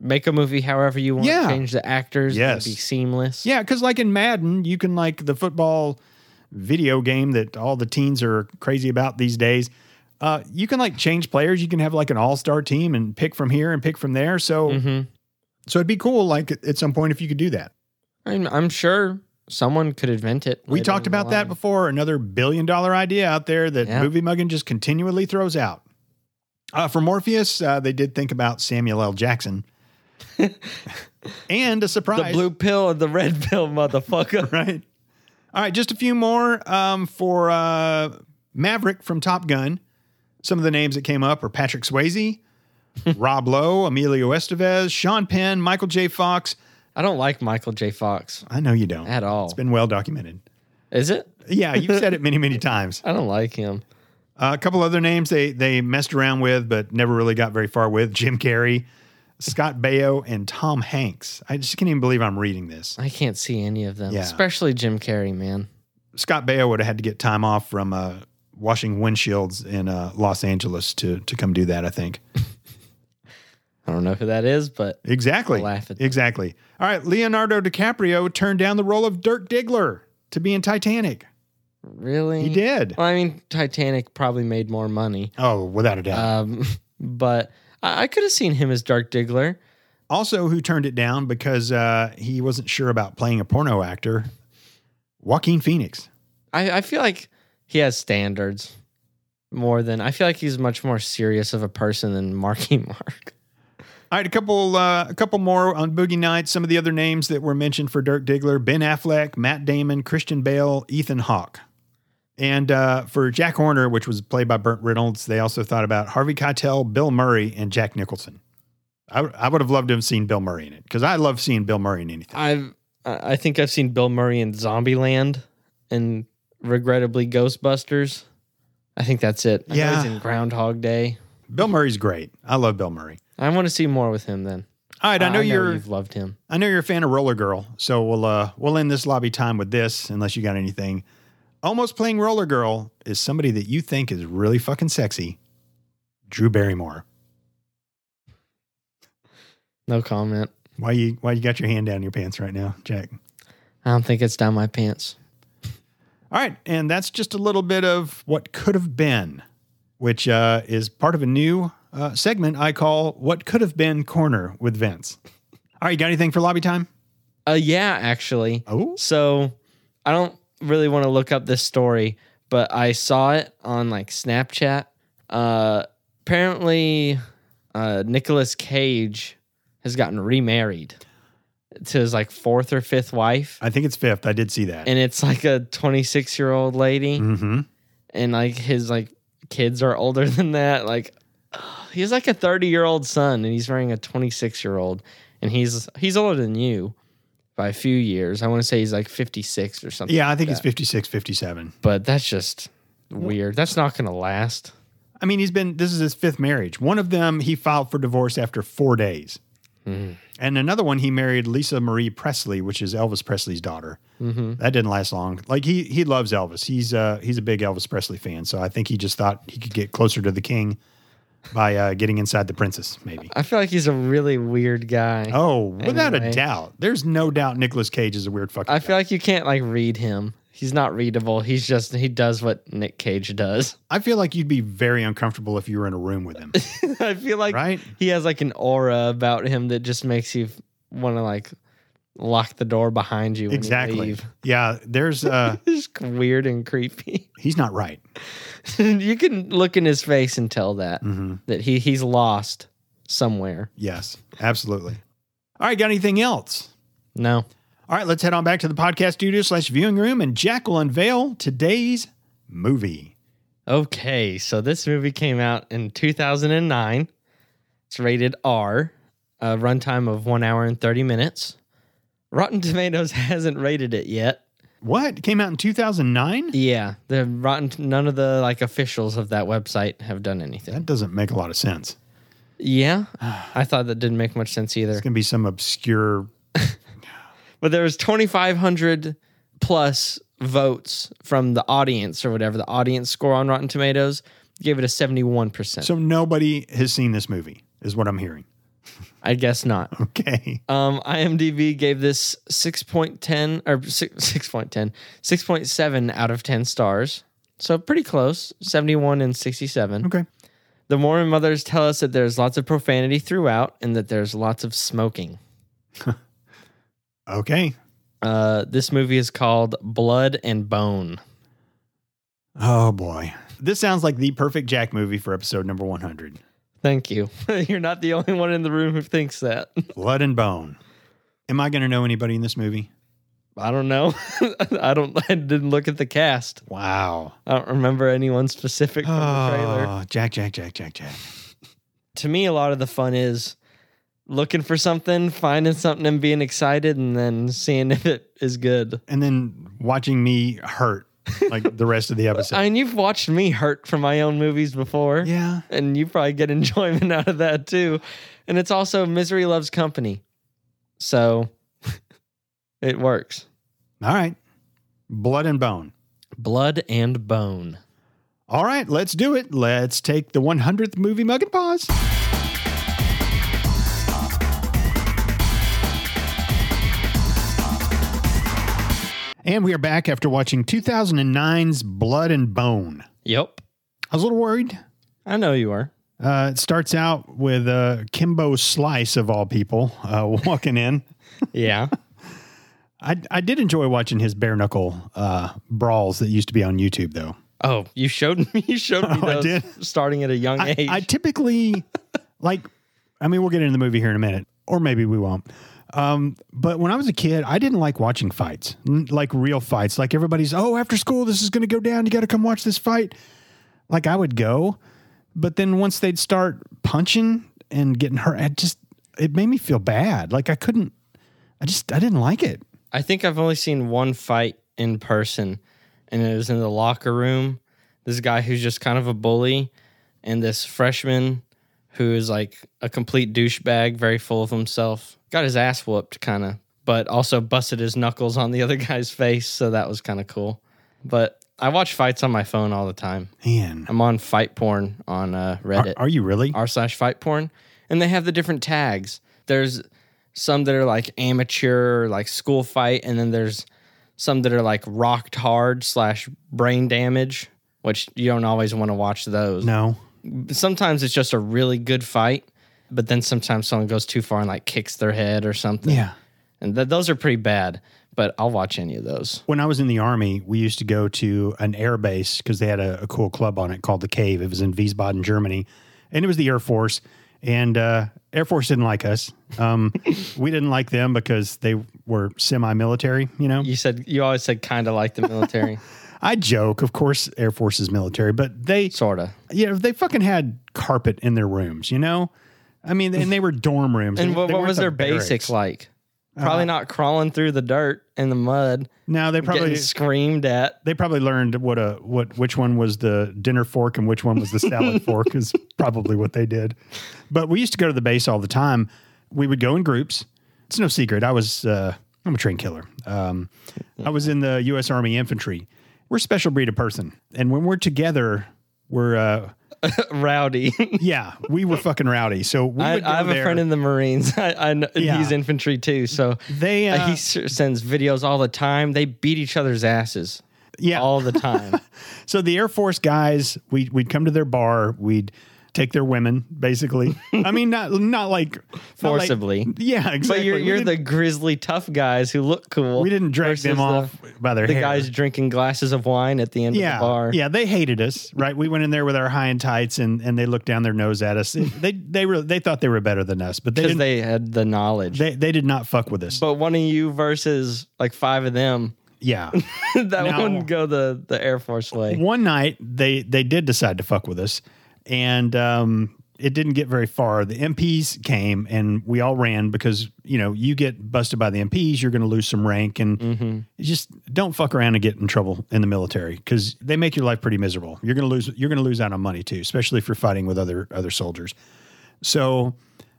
Speaker 1: Make a movie however you want.
Speaker 2: Yeah.
Speaker 1: Change the actors. Yes,
Speaker 2: Yes.
Speaker 1: be seamless.
Speaker 2: Yeah, because like in Madden, you can like the football video game that all the teens are crazy about these days. Uh, you can like change players. You can have like an all-star team and pick from here and pick from there. So,
Speaker 1: Mhm.
Speaker 2: so it'd be cool. Like at some point, if you could do that.
Speaker 1: I'm, I'm sure someone could invent it.
Speaker 2: We
Speaker 1: later
Speaker 2: talked
Speaker 1: in the
Speaker 2: about that
Speaker 1: line.
Speaker 2: before. Another billion dollar idea out there that
Speaker 1: Yeah.
Speaker 2: Movie Muggin just continually throws out. Uh, for Morpheus, uh, they did think about Samuel L. Jackson. and a
Speaker 1: The
Speaker 2: surprise.
Speaker 1: blue pill and the red pill, motherfucker.
Speaker 2: Right. All right, just a few more um, for uh, Maverick from Top Gun. Some of the names that came up are Patrick Swayze, Rob Lowe, Emilio Estevez, Sean Penn, Michael J. Fox.
Speaker 1: I don't like Michael J. Fox
Speaker 2: I know you don't.
Speaker 1: at all.
Speaker 2: It's been well documented.
Speaker 1: Is it?
Speaker 2: Yeah, you've said it many, many times.
Speaker 1: I don't like him.
Speaker 2: Uh, a couple other names they they messed around with, but never really got very far with. Jim Carrey, Scott Baio, and Tom Hanks. I just can't even believe I'm reading this.
Speaker 1: I can't see any of them,
Speaker 2: Yeah.
Speaker 1: especially Jim Carrey, man.
Speaker 2: Scott Baio would have had to get time off from uh, washing windshields in uh, Los Angeles to to come do that. I think
Speaker 1: I don't know who that is, but
Speaker 2: exactly,
Speaker 1: I'll laugh at that.
Speaker 2: exactly. All right, Leonardo DiCaprio turned down the role of Dirk Diggler to be in Titanic.
Speaker 1: really,
Speaker 2: He did.
Speaker 1: Well, I mean, Titanic probably made more money,
Speaker 2: Oh, without a doubt.
Speaker 1: um, but I, I could have seen him as Dark Diggler.
Speaker 2: also who turned it down because uh, he wasn't sure about playing a porno actor. Joaquin Phoenix.
Speaker 1: I, I feel like he has standards more than I feel like he's much more serious of a person than Marky Mark.
Speaker 2: All right, a couple, uh, a couple more on Boogie Nights. Some of the other names that were mentioned for Dirk Diggler: Ben Affleck, Matt Damon, Christian Bale, Ethan Hawke. And uh, for Jack Horner, which was played by Burt Reynolds, they also thought about Harvey Keitel, Bill Murray, and Jack Nicholson. I, w- I would have loved to have seen Bill Murray in it because I love seeing Bill Murray in anything.
Speaker 1: I've I I think I've seen Bill Murray in Zombieland and regrettably Ghostbusters. I think that's it. I know
Speaker 2: Yeah.
Speaker 1: he's in Groundhog Day.
Speaker 2: Bill Murray's great. I love Bill Murray.
Speaker 1: I want to see more with him then.
Speaker 2: All right, I know you're.
Speaker 1: you've loved him.
Speaker 2: I know you're a fan of Roller Girl, so we'll uh, we'll end this lobby time with this, unless you got anything. Almost playing Roller Girl is somebody that you think is really fucking sexy, Drew Barrymore.
Speaker 1: No comment.
Speaker 2: Why you why you got your hand down your pants right now, Jack?
Speaker 1: I don't think it's down my pants.
Speaker 2: All right, and that's just a little bit of what could have been, which uh, is part of a new uh, segment I call "What Could Have Been Corner" with Vince. All right, you got anything for lobby time?
Speaker 1: Uh, yeah, actually.
Speaker 2: Oh,
Speaker 1: So I don't really want to look up this story, but I saw it on like Snapchat. Uh, apparently, uh, Nicolas Cage has gotten remarried to his like fourth or fifth wife,
Speaker 2: I think it's fifth. I did see that.
Speaker 1: and it's like a 26 year old lady,
Speaker 2: Mm-hmm.
Speaker 1: and like his like kids are older than that. Like he has like a 30 year old son, and he's marrying a 26 year old, and he's he's older than you. By a few years, I want to say he's like 56 or something.
Speaker 2: Yeah, I think
Speaker 1: like
Speaker 2: it's 56, 57.
Speaker 1: but that's just weird. That's not gonna last.
Speaker 2: I mean, he's been, this is his fifth marriage. One of them, he filed for divorce after four days.
Speaker 1: Mm-hmm.
Speaker 2: And another one, he married Lisa Marie Presley, which is Elvis Presley's daughter.
Speaker 1: Mm-hmm.
Speaker 2: That didn't last long. Like he, he loves Elvis. He's, uh, he's a big Elvis Presley fan. So I think he just thought he could get closer to the king by uh, getting inside the princess, maybe.
Speaker 1: I feel like he's a really weird guy.
Speaker 2: Oh, without a
Speaker 1: Anyway.
Speaker 2: doubt. There's no doubt Nicolas Cage is a weird fucking
Speaker 1: I
Speaker 2: guy.
Speaker 1: feel like you can't like read him. He's not readable. He's just he does what Nick Cage does.
Speaker 2: I feel like you'd be very uncomfortable if you were in a room with him,
Speaker 1: I feel like
Speaker 2: right?
Speaker 1: he has like an aura about him that just makes you want to like lock the door behind you. When You
Speaker 2: Exactly.
Speaker 1: leave.
Speaker 2: Yeah, there's uh
Speaker 1: It's just weird and creepy.
Speaker 2: he's not right.
Speaker 1: you can look in his face and tell that
Speaker 2: hmm
Speaker 1: that he he's lost somewhere.
Speaker 2: Yes, absolutely. All right, got anything else?
Speaker 1: No.
Speaker 2: All right, let's head on back to the podcast studio slash viewing room, and Jack will unveil today's movie.
Speaker 1: Okay, so this movie came out in 2009. It's rated R, a runtime of one hour and 30 minutes. Rotten Tomatoes hasn't rated it yet.
Speaker 2: What came out in 2009?
Speaker 1: Yeah, the rotten none of the like officials of that website have done anything.
Speaker 2: That doesn't make a lot of sense.
Speaker 1: Yeah, I thought that didn't make much sense either.
Speaker 2: It's gonna be some obscure.
Speaker 1: But there was 2,500 plus votes from the audience or whatever the audience score on Rotten Tomatoes gave it a 71%.
Speaker 2: So nobody has seen this movie, is what I'm hearing.
Speaker 1: I guess not.
Speaker 2: Okay,
Speaker 1: Um, IMDb gave this 6.10 or 6, 6.10, 6.7 out of 10 stars. So pretty close, 71 and 67.
Speaker 2: okay.
Speaker 1: The Mormon mothers tell us that there's lots of profanity throughout and that there's lots of smoking.
Speaker 2: Okay.
Speaker 1: Uh, this movie is called Blood and Bone.
Speaker 2: Oh boy. This sounds like the perfect Jack movie for episode number 100.
Speaker 1: Thank you. You're not the only one in the room who thinks that.
Speaker 2: Blood and Bone. Am I going to know anybody in this movie?
Speaker 1: I don't know. I don't. I didn't look at the cast.
Speaker 2: Wow.
Speaker 1: I don't remember anyone specific from the trailer.
Speaker 2: Oh, Jack, Jack, Jack, Jack, Jack.
Speaker 1: to me, a lot of the fun is looking for something, finding something, and being excited, and then seeing if it is good.
Speaker 2: And then watching me hurt like the rest of the episode.
Speaker 1: I mean, you've watched me hurt from my own movies before,
Speaker 2: yeah.
Speaker 1: and you probably get enjoyment out of that too. And it's also misery loves company, so it works.
Speaker 2: All right. Blood and Bone.
Speaker 1: Blood and bone.
Speaker 2: All right, let's do it. Let's take the 100th movie mug and pause. And we are back after watching 2009's Blood and Bone.
Speaker 1: Yep,
Speaker 2: I was a little worried.
Speaker 1: I know you are.
Speaker 2: Uh, it starts out with uh, Kimbo Slice, of all people, uh, walking in.
Speaker 1: Yeah,
Speaker 2: I, I did enjoy watching his bare knuckle uh, brawls that used to be on YouTube, though.
Speaker 1: Oh, you showed me. You showed me
Speaker 2: Oh, I
Speaker 1: those
Speaker 2: did?
Speaker 1: starting at a young
Speaker 2: I,
Speaker 1: age.
Speaker 2: I typically like. I mean, we'll get into the movie here in a minute, or maybe we won't. Um, but when I was a kid, I didn't like watching fights, n- like real fights. Like everybody's, oh, after school, this is going to go down. You got to come watch this fight. Like I would go, but then once they'd start punching and getting hurt, I just it made me feel bad. Like I couldn't. I just I didn't like it.
Speaker 1: I think I've only seen one fight in person, and it was in the locker room. This guy who's just kind of a bully, and this freshman who is like a complete douchebag, very full of himself. Got his ass whooped, kind of, but also busted his knuckles on the other guy's face. So that was kind of cool. But I watch fights on my phone all the time.
Speaker 2: Man,
Speaker 1: I'm on fight porn on uh,
Speaker 2: are,
Speaker 1: Reddit
Speaker 2: are you really?
Speaker 1: r slash fight porn and they have the different tags there's some that are like amateur like school fight and then there's some that are like rocked hard slash brain damage which you don't always want to watch those
Speaker 2: No.
Speaker 1: sometimes it's just a really good fight but then sometimes someone goes too far and like kicks their head or something
Speaker 2: Yeah.
Speaker 1: and th- those are pretty bad. But I'll watch any of those.
Speaker 2: When I was in the army, we used to go to an air base because they had a, a cool club on it called the Cave. It was in Wiesbaden, Germany, and it was the Air Force. And uh, Air Force didn't like us. Um, we didn't like them because they were semi-military. You know,
Speaker 1: You said you always said kind of like the military,
Speaker 2: I joke. Of course, Air Force is military, but they
Speaker 1: sorta.
Speaker 2: you know, they fucking had carpet in their rooms, you know? I mean, and they were dorm rooms.
Speaker 1: And
Speaker 2: They-
Speaker 1: what,
Speaker 2: they
Speaker 1: what
Speaker 2: weren't
Speaker 1: was
Speaker 2: the
Speaker 1: their basics
Speaker 2: barracks. Uh-huh.
Speaker 1: like? Probably not crawling through the dirt and the mud,
Speaker 2: No, they probably
Speaker 1: getting screamed at.
Speaker 2: they probably learned what a what which one was the dinner fork and which one was the salad fork is probably what they did. But we used to go to the base all the time. We would go in groups. It's no secret. I was uh, I'm a train killer. Um, I was in the U.S. Army Infantry. We're a special breed of person, and when we're together, we're uh,
Speaker 1: Rowdy.
Speaker 2: yeah, we were fucking rowdy. So we
Speaker 1: I,
Speaker 2: would go
Speaker 1: I have a
Speaker 2: there.
Speaker 1: friend in the Marines. I, I know, and
Speaker 2: Yeah.
Speaker 1: he's infantry too, so
Speaker 2: they
Speaker 1: uh,
Speaker 2: uh,
Speaker 1: he s- sends videos all the time. They beat each other's asses
Speaker 2: yeah
Speaker 1: all the time.
Speaker 2: So the Air Force guys, we we'd come to their bar, we'd take their women, basically. I mean, not not like not like-
Speaker 1: Forcibly.
Speaker 2: yeah, exactly.
Speaker 1: But you're,
Speaker 2: We
Speaker 1: you're
Speaker 2: didn't-
Speaker 1: the grizzly tough guys who look cool.
Speaker 2: we didn't drag
Speaker 1: versus
Speaker 2: them
Speaker 1: the-
Speaker 2: off by their
Speaker 1: The,
Speaker 2: hair.
Speaker 1: guys drinking glasses of wine at the end
Speaker 2: yeah,
Speaker 1: of the bar.
Speaker 2: yeah, they hated us, right? We went in there with our high and tights, and and they looked down their nose at us. They they were they thought they were better than us, but they
Speaker 1: Because
Speaker 2: didn't,
Speaker 1: they had the knowledge.
Speaker 2: they they did not fuck with us.
Speaker 1: but one of you versus like five of them,
Speaker 2: yeah.
Speaker 1: that
Speaker 2: No.
Speaker 1: wouldn't go the, the Air Force way.
Speaker 2: One night they they did decide to fuck with us, and um, it didn't get very far. The MPs came and we all ran because you know you get busted by the MPs, you're going to lose some rank, and you just don't fuck around and get in trouble in the military because they make your life pretty miserable. You're going to lose you're going to lose out on money too, especially if you're fighting with other other soldiers. So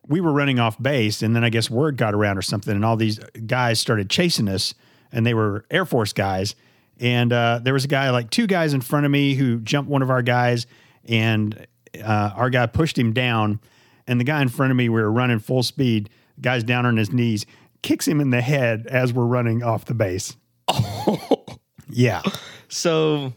Speaker 2: we were running off base, and then I guess word got around or something, and all these guys started chasing us, and they were Air Force guys. And uh, there was a guy, like two guys in front of me, who jumped one of our guys, and uh, our guy pushed him down. And the guy in front of me, we were running full speed, guy's down on his knees, kicks him in the head as we're running off the base. Yeah.
Speaker 1: So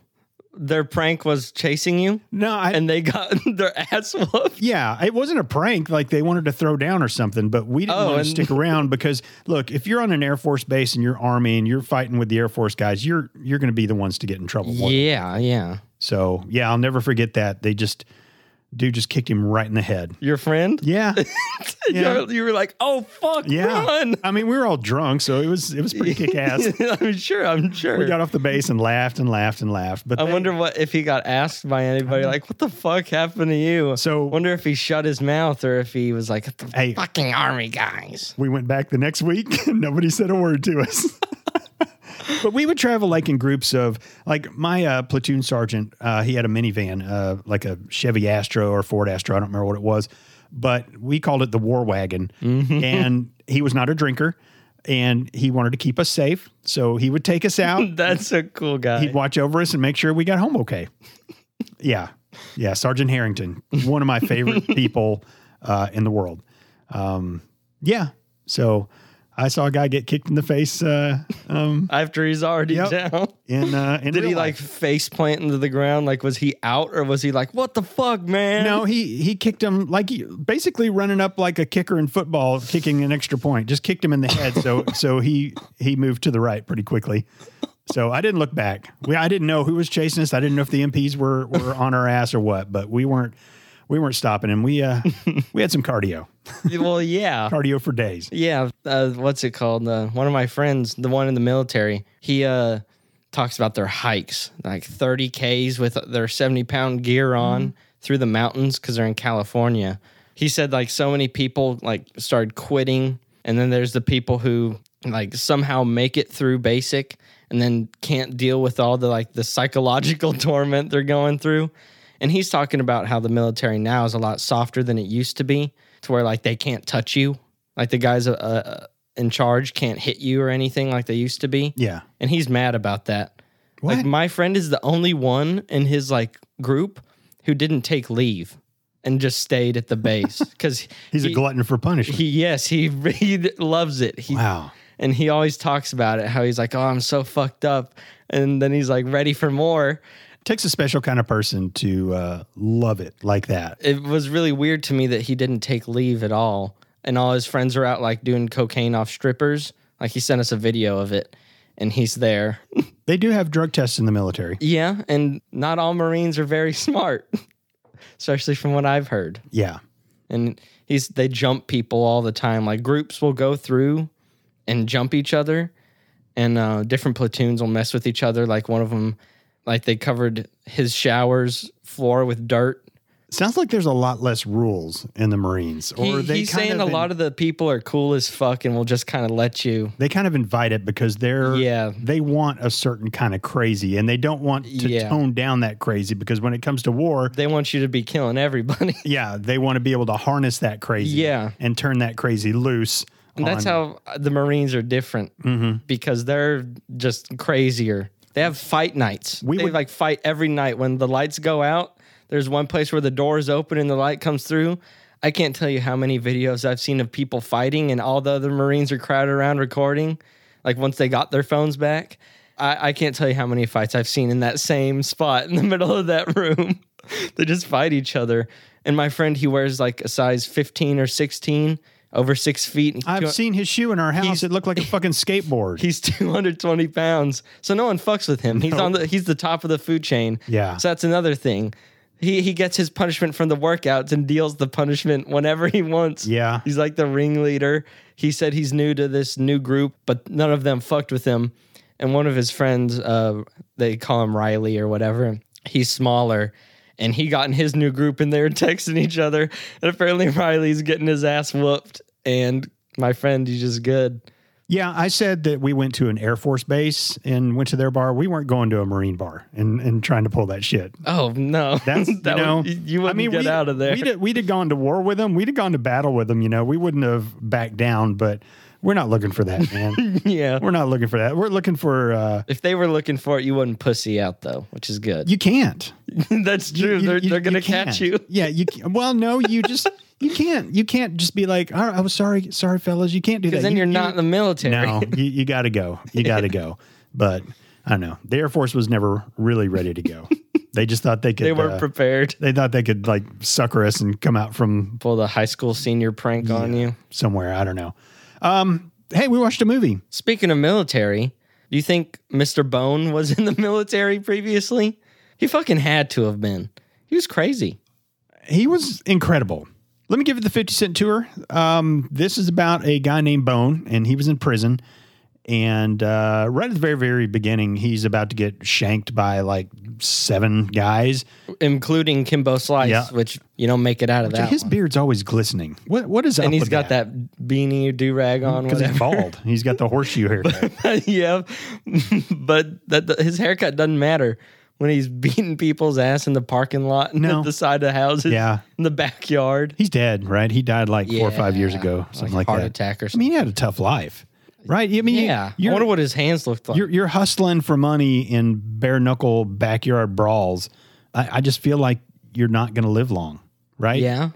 Speaker 1: their prank was chasing you,
Speaker 2: No, I,
Speaker 1: and they got their ass whooped.
Speaker 2: Yeah, it wasn't a prank. Like they wanted to throw down or something, but we didn't
Speaker 1: Oh,
Speaker 2: want
Speaker 1: and-
Speaker 2: to stick around because look, if you're on an Air Force base and you're Army and you're fighting with the Air Force guys, you're you're going to be the ones to get in trouble.
Speaker 1: Yeah, yeah.
Speaker 2: So yeah, I'll never forget that. They just dude just kicked him right in the head.
Speaker 1: Your friend?
Speaker 2: Yeah, Yeah.
Speaker 1: You're- You were like, oh fuck,
Speaker 2: yeah.
Speaker 1: run.
Speaker 2: I mean, we were all drunk, so it was it was pretty kick ass.
Speaker 1: I'm sure. I'm sure.
Speaker 2: We got off the base and laughed and laughed and laughed. But
Speaker 1: I
Speaker 2: they-
Speaker 1: wonder what if he got asked by anybody, like, what the fuck happened to you?
Speaker 2: Uh-huh. So-
Speaker 1: wonder if he shut his mouth or if he was like, the
Speaker 2: Hey.
Speaker 1: fucking army guys.
Speaker 2: We went back the next week and nobody said a word to us. but we would travel like in groups of like my uh, platoon sergeant. Uh, he had a minivan, uh, like a Chevy Astro or Ford Astro. I don't remember what it was, but we called it the War Wagon. And he was not a drinker, and he wanted to keep us safe, so he would take us out.
Speaker 1: That's a cool guy.
Speaker 2: He'd watch over us and make sure we got home okay. Yeah. Yeah. Sergeant Harrington, one of my favorite people uh, in the world. Um, yeah. So I saw a guy get kicked in the face uh, um,
Speaker 1: After he's already
Speaker 2: Yep.
Speaker 1: down.
Speaker 2: in, uh, in
Speaker 1: Did
Speaker 2: real
Speaker 1: he like
Speaker 2: life.
Speaker 1: face plant into the ground? Like, was he out or was he like, what the fuck, man?
Speaker 2: No, he he kicked him like he, basically running up like a kicker in football, kicking an extra point. Just kicked him in the head. So so he he moved to the right pretty quickly. So I didn't look back. We I didn't know who was chasing us. I didn't know if the MPs were were on our ass or what. But we weren't we weren't stopping, and we uh we had some cardio
Speaker 1: Well, yeah.
Speaker 2: cardio for days.
Speaker 1: Yeah, uh, what's it called? Uh, one of my friends, the one in the military, he uh, talks about their hikes, like 30 Ks with their 70 pound gear on through the mountains because they're in California. He said, like, so many people like started quitting. And then there's the people who like somehow make it through basic and then can't deal with all the like the psychological torment they're going through. And he's talking about how the military now is a lot softer than it used to be, to where like they can't touch you, like the guys uh, uh, in charge can't hit you or anything like they used to be.
Speaker 2: Yeah.
Speaker 1: And he's mad about that.
Speaker 2: What?
Speaker 1: Like my friend is the only one in his like group who didn't take leave and just stayed at the base because
Speaker 2: He's a
Speaker 1: he-
Speaker 2: glutton for punishment.
Speaker 1: He yes he, he loves it. He
Speaker 2: wow.
Speaker 1: and he always talks about it how he's like oh I'm so fucked up and then he's like ready for more
Speaker 2: Takes a special kind of person to uh, love it like that.
Speaker 1: it was really weird to me that he didn't take leave at all and all his friends were out like doing cocaine off strippers Like he sent us a video of it and he's there.
Speaker 2: They do have drug tests in the military.
Speaker 1: Yeah, and not all Marines are very smart, especially from what I've heard.
Speaker 2: Yeah.
Speaker 1: And he's they jump people all the time. Like groups will go through and jump each other, and uh, different platoons will mess with each other. Like one of them, like they covered his showers floor with dirt.
Speaker 2: Sounds like there's a lot less rules in the Marines. Or
Speaker 1: He-
Speaker 2: they
Speaker 1: he's
Speaker 2: kind
Speaker 1: saying
Speaker 2: of
Speaker 1: a lot of the people are cool as fuck and will just kind of let you.
Speaker 2: they kind of invite it because they're
Speaker 1: Yeah.
Speaker 2: they want a certain kind of crazy and they don't want to
Speaker 1: Yeah.
Speaker 2: tone down that crazy because when it comes to war,
Speaker 1: They want you to be killing everybody.
Speaker 2: yeah, they want to be able to harness that crazy
Speaker 1: Yeah.
Speaker 2: and turn that crazy loose.
Speaker 1: And that's how the Marines are different
Speaker 2: Mm-hmm.
Speaker 1: because they're just crazier. They have fight nights.
Speaker 2: We
Speaker 1: they
Speaker 2: would-
Speaker 1: like fight every night when the lights go out. There's one place where the door is open and the light comes through. I can't tell you how many videos I've seen of people fighting and all the other Marines are crowded around recording. Like once they got their phones back, I, I can't tell you how many fights I've seen in that same spot in the middle of that room. they just fight each other. And my friend, he wears like a size 15 or 16, over six feet. and
Speaker 2: I've
Speaker 1: two-
Speaker 2: seen his shoe in our house.
Speaker 1: He's-
Speaker 2: It looked like a fucking skateboard.
Speaker 1: He's 220 pounds, so no one fucks with him. He's on the he's the top of the food chain.
Speaker 2: Yeah.
Speaker 1: So that's another thing. He he gets his punishment from the workouts and deals the punishment whenever he wants.
Speaker 2: Yeah.
Speaker 1: He's like the ringleader. He said he's new to this new group, but none of them fucked with him. And one of his friends, uh, they call him Riley or whatever. He's smaller, and he got in his new group, and they were texting each other. And apparently, Riley's getting his ass whooped. And my friend, he's just good.
Speaker 2: Yeah, I said that we went to an Air Force base and went to their bar. We weren't going to a Marine bar and, and trying to pull that shit.
Speaker 1: Oh no,
Speaker 2: That's
Speaker 1: that
Speaker 2: you know,
Speaker 1: would, you wouldn't get
Speaker 2: we,
Speaker 1: out of there.
Speaker 2: We'd have, we'd have gone to war with them. We'd have gone to battle with them. You know, we wouldn't have backed down. But we're not looking for that, man.
Speaker 1: yeah,
Speaker 2: we're not looking for that. We're looking for. uh
Speaker 1: if they were looking for it, you wouldn't pussy out though, which is good.
Speaker 2: You can't.
Speaker 1: That's true.
Speaker 2: You-
Speaker 1: they're
Speaker 2: you-
Speaker 1: they're
Speaker 2: you
Speaker 1: gonna
Speaker 2: can't.
Speaker 1: catch you.
Speaker 2: Yeah. You ca- well, no. You just you can't. You can't just be like, all right, I was sorry, sorry, fellas. You can't do that.
Speaker 1: Because then
Speaker 2: You-
Speaker 1: you're
Speaker 2: you-
Speaker 1: not in the military.
Speaker 2: No, you, you got to go. You got to go. But I don't know. The Air Force was never really ready to go. they just thought they could.
Speaker 1: they weren't
Speaker 2: uh,
Speaker 1: prepared.
Speaker 2: they thought they could like sucker us and come out from
Speaker 1: Pull the high school senior prank on you.
Speaker 2: somewhere. I don't know. Um, hey, we watched a movie.
Speaker 1: Speaking of military, do you think Mr. Bone was in the military previously? He fucking had to have been. He was crazy.
Speaker 2: He was incredible. Let me give you the 50 Cent tour. Um, this is about a guy named Bone, and he was in prison. And uh, right at the very, very beginning, he's about to get shanked by like seven guys.
Speaker 1: Including Kimbo Slice,
Speaker 2: Yeah.
Speaker 1: which you don't make it out of that.
Speaker 2: His
Speaker 1: one.
Speaker 2: beard's always glistening. What what is up?
Speaker 1: and he's
Speaker 2: with
Speaker 1: got
Speaker 2: that?
Speaker 1: that, beanie do rag on.
Speaker 2: because he's
Speaker 1: whatever.
Speaker 2: bald. He's got the horseshoe haircut.
Speaker 1: yeah, but that the, his haircut doesn't matter when he's beating people's ass in the parking lot and
Speaker 2: No.
Speaker 1: at the side of the houses,
Speaker 2: Yeah.
Speaker 1: in the backyard,
Speaker 2: He's dead, right? He died like four or five years
Speaker 1: Yeah,
Speaker 2: ago, something
Speaker 1: a
Speaker 2: like,
Speaker 1: heart
Speaker 2: that.
Speaker 1: attack or
Speaker 2: I
Speaker 1: something.
Speaker 2: mean, he had a tough life, right? I mean,
Speaker 1: yeah, I
Speaker 2: you're,
Speaker 1: wonder what his hands looked like.
Speaker 2: you're you're hustling for money in bare knuckle backyard brawls. I, I just feel like you're not going to live long, right?
Speaker 1: Yeah,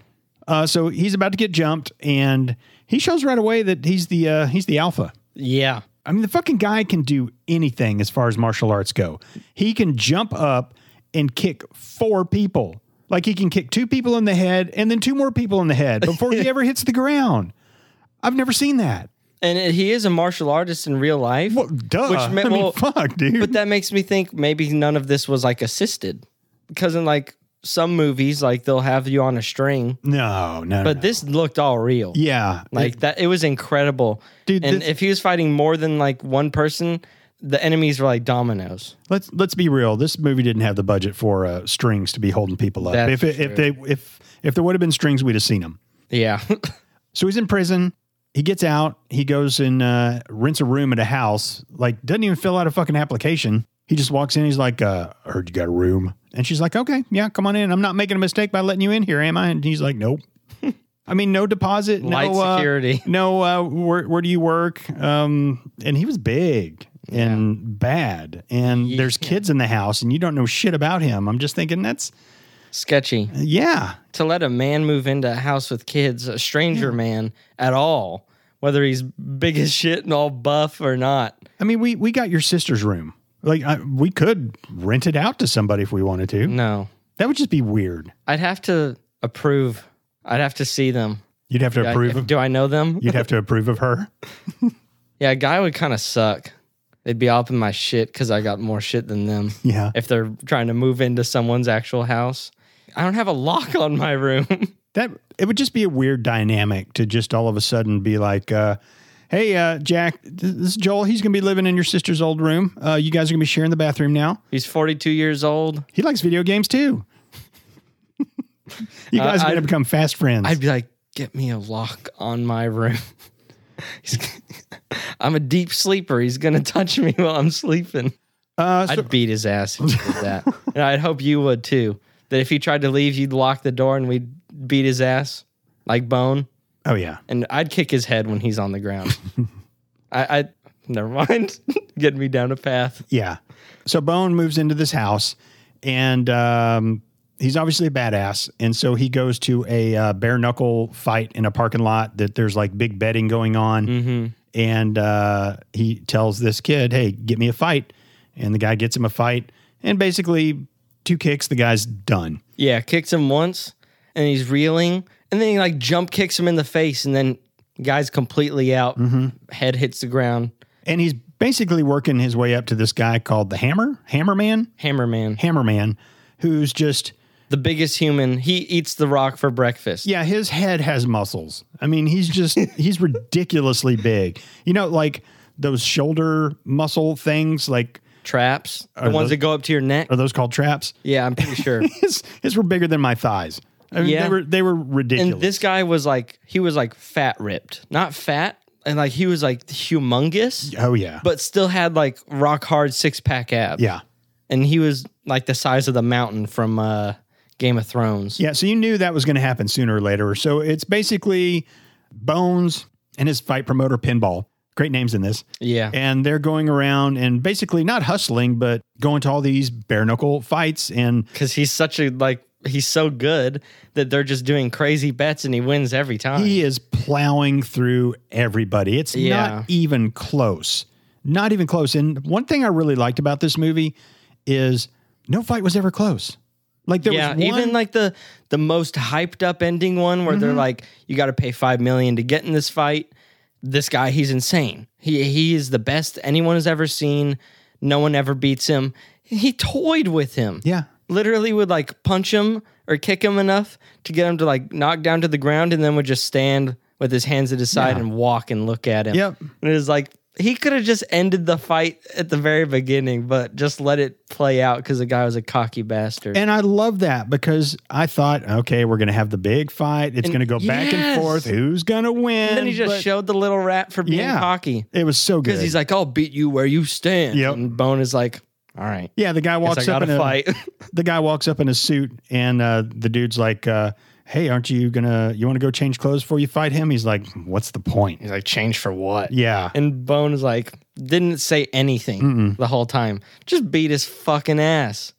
Speaker 2: Uh, so he's about to get jumped, and he shows right away that he's the uh, he's the alpha.
Speaker 1: yeah,
Speaker 2: I mean, the fucking guy can do anything as far as martial arts go. He can jump up and kick four people. Like he can kick two people in the head and then two more people in the head before he ever hits the ground. I've never seen that.
Speaker 1: and it- he is a martial artist in real life,
Speaker 2: Well, duh.
Speaker 1: Which meant-
Speaker 2: I mean,
Speaker 1: well,
Speaker 2: fuck, dude.
Speaker 1: but that makes me think maybe none of this was like assisted, because in like some movies, like they'll have you on a string,
Speaker 2: no, no.
Speaker 1: but
Speaker 2: no.
Speaker 1: this looked all real.
Speaker 2: yeah,
Speaker 1: Like that, it was incredible.
Speaker 2: Dude,
Speaker 1: and
Speaker 2: this-
Speaker 1: if he was fighting more than like one person, the enemies were like dominoes.
Speaker 2: let's let's be real. This movie didn't have the budget for uh, strings to be holding people up.
Speaker 1: That's
Speaker 2: if it, if they if if there would have been strings, we'd have seen them.
Speaker 1: Yeah.
Speaker 2: So he's in prison. He gets out. He goes and uh, rents a room at a house. Like doesn't even fill out a fucking application. He just walks in. He's like, uh, "I heard you got a room," and she's like, "Okay, yeah, come on in. I'm not making a mistake by letting you in here, am I?" And he's like, "Nope." I mean, no deposit,
Speaker 1: Light
Speaker 2: no uh,
Speaker 1: security.
Speaker 2: no, uh, where where do you work? Um, and he was big and bad, and there's kids in the house, and you don't know shit about him. I'm just thinking that's
Speaker 1: Sketchy.
Speaker 2: yeah,
Speaker 1: To let a man move into a house with kids, a stranger man at all, whether he's big as shit and all buff or not.
Speaker 2: I mean, we we got your sister's room. Like I, we could rent it out to somebody if we wanted to.
Speaker 1: No.
Speaker 2: That would just be weird.
Speaker 1: I'd have to approve. I'd have to see them.
Speaker 2: You'd have to
Speaker 1: I-
Speaker 2: approve of.
Speaker 1: do I know them?
Speaker 2: You'd have to approve of her.
Speaker 1: Yeah, a guy would kind of suck. They'd be up in my shit because I got more shit than them.
Speaker 2: Yeah.
Speaker 1: If they're trying to move into someone's actual house, I don't have a lock on my room.
Speaker 2: That it would just be a weird dynamic to just all of a sudden be like, uh, "Hey, uh, Jack, th- this is Joel. He's gonna be living in your sister's old room. Uh, you guys are gonna be sharing the bathroom now.
Speaker 1: He's 42 years old.
Speaker 2: He likes video games too. you guys are gonna
Speaker 1: Uh, I'd-
Speaker 2: become fast friends.
Speaker 1: I'd be like, get me a lock on my room. He's- I'm a deep sleeper. He's gonna touch me while I'm sleeping.
Speaker 2: uh, so-
Speaker 1: I'd beat his ass if he did that, and I'd hope you would too. That if he tried to leave, you'd lock the door and we'd beat his ass like bone,
Speaker 2: oh yeah.
Speaker 1: and I'd kick his head when he's on the ground. I, I never mind. Getting me down a path.
Speaker 2: Yeah. So Bone moves into this house, and um, he's obviously a badass. And so he goes to a uh, bare knuckle fight in a parking lot that there's like big betting going on.
Speaker 1: Mm-hmm.
Speaker 2: And uh, he tells this kid, "Hey, get me a fight." And the guy gets him a fight, and basically two kicks, the guy's done.
Speaker 1: Yeah, kicks him once, and he's reeling, and then he like jump kicks him in the face, and then guy's completely out.
Speaker 2: Mm-hmm.
Speaker 1: Head hits the ground.
Speaker 2: And he's basically working his way up to this guy called the Hammer, Hammerman,
Speaker 1: Hammer man,
Speaker 2: Hammerman, who's just
Speaker 1: the biggest human. He eats the rock for breakfast.
Speaker 2: Yeah, his head has muscles. I mean, he's just he's ridiculously big. You know, like those shoulder muscle things, like
Speaker 1: Traps, the ones
Speaker 2: those-
Speaker 1: that go up to your neck.
Speaker 2: are those called traps?
Speaker 1: Yeah, I'm pretty sure.
Speaker 2: His his were bigger than my thighs. I mean,
Speaker 1: Yeah.
Speaker 2: they were they were
Speaker 1: and
Speaker 2: ridiculous.
Speaker 1: this guy was like, he was like fat ripped, not fat, and like he was like humongous,
Speaker 2: oh yeah,
Speaker 1: but still had like rock hard six pack abs.
Speaker 2: yeah,
Speaker 1: and he was like the size of the mountain from uh, Game of Thrones.
Speaker 2: yeah. So you knew that was going to happen sooner or later. So it's basically Bones and his fight promoter Pinball. Great names in this.
Speaker 1: yeah.
Speaker 2: And they're going around and basically not hustling, but going to all these bare knuckle fights and
Speaker 1: because he's such a like he's so good that they're just doing crazy bets and he wins every time.
Speaker 2: He is plowing through everybody. It's
Speaker 1: Yeah.
Speaker 2: not even close. Not even close. And one thing I really liked about this movie is no fight was ever close. Like there
Speaker 1: yeah,
Speaker 2: was one, Mm-hmm.
Speaker 1: even like the the most hyped up ending one where they're like, you got to pay five million to get in this fight. This guy, he's insane. He he is the best anyone has ever seen. No one ever beats him. He toyed with him.
Speaker 2: yeah,
Speaker 1: literally would like punch him or kick him enough to get him to like knock down to the ground and then would just stand with his hands at his side and walk and look at him.
Speaker 2: Yep.
Speaker 1: And it was like he could have just ended the fight at the very beginning, but just let it play out because the guy was a cocky bastard.
Speaker 2: and I love that because I thought, okay, we're gonna have the big fight. It's gonna go back
Speaker 1: yes.
Speaker 2: and forth. Who's gonna win?
Speaker 1: then he just
Speaker 2: But
Speaker 1: showed the little rat for being
Speaker 2: Yeah.
Speaker 1: cocky.
Speaker 2: it was so
Speaker 1: Because
Speaker 2: good.
Speaker 1: he's like, I'll beat you where you stand.
Speaker 2: Yep.
Speaker 1: And Bone is like, All right.
Speaker 2: yeah, the guy
Speaker 1: Guess
Speaker 2: walks
Speaker 1: I
Speaker 2: up
Speaker 1: gotta
Speaker 2: in a
Speaker 1: fight.
Speaker 2: the guy walks up in a suit and uh, the dude's like uh, hey aren't you gonna you want to go change clothes before you fight him he's like what's the point
Speaker 1: he's like, change for what?
Speaker 2: yeah
Speaker 1: And Bone is like, didn't say anything the whole time. Just beat his fucking ass.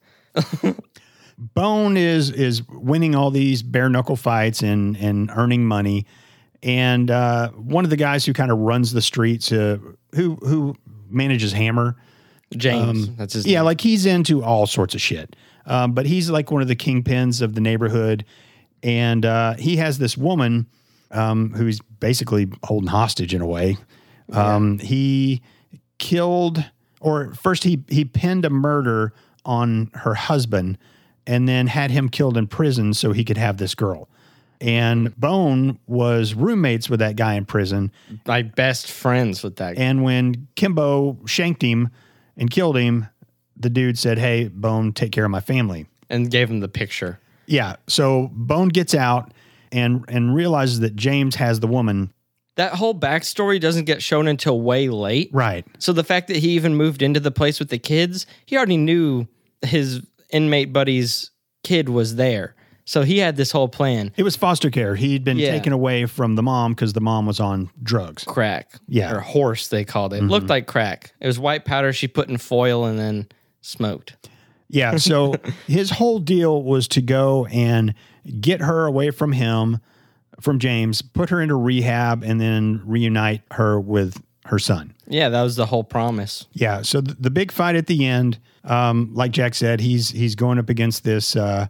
Speaker 2: bone is is winning all these bare knuckle fights and and earning money and uh, one of the guys who kind of runs the streets uh, who who manages hammer
Speaker 1: James. that's his
Speaker 2: Um, yeah
Speaker 1: name.
Speaker 2: like he's into all sorts of shit um, but he's like one of the kingpins of the neighborhood and uh, he has this woman um, who's basically holding hostage in a way um, he killed or first he he pinned a murder on her husband and then had him killed in prison so he could have this girl and bone was roommates with that guy in prison
Speaker 1: My best friends with that guy.
Speaker 2: and when Kimbo shanked him and killed him, the dude said, Hey, Bone, take care of my family.
Speaker 1: And gave him the picture.
Speaker 2: Yeah. So Bone gets out and and realizes that James has the woman.
Speaker 1: That whole backstory doesn't get shown until way late.
Speaker 2: Right.
Speaker 1: So the fact that he even moved into the place with the kids, he already knew his inmate buddy's kid was there. So he had this whole plan.
Speaker 2: It was foster care. He'd been
Speaker 1: Yeah.
Speaker 2: taken away from the mom because the mom was on drugs.
Speaker 1: Crack.
Speaker 2: Yeah. Mm-hmm.
Speaker 1: Or horse, they called it. Looked like crack. It was white powder she put in foil and then smoked.
Speaker 2: Yeah. So his whole deal was to go and get her away from him, from James, put her into rehab, and then reunite her with her son.
Speaker 1: Yeah, that was the whole promise.
Speaker 2: Yeah. So th- the big fight at the end, um, like Jack said, he's he's going up against this uh,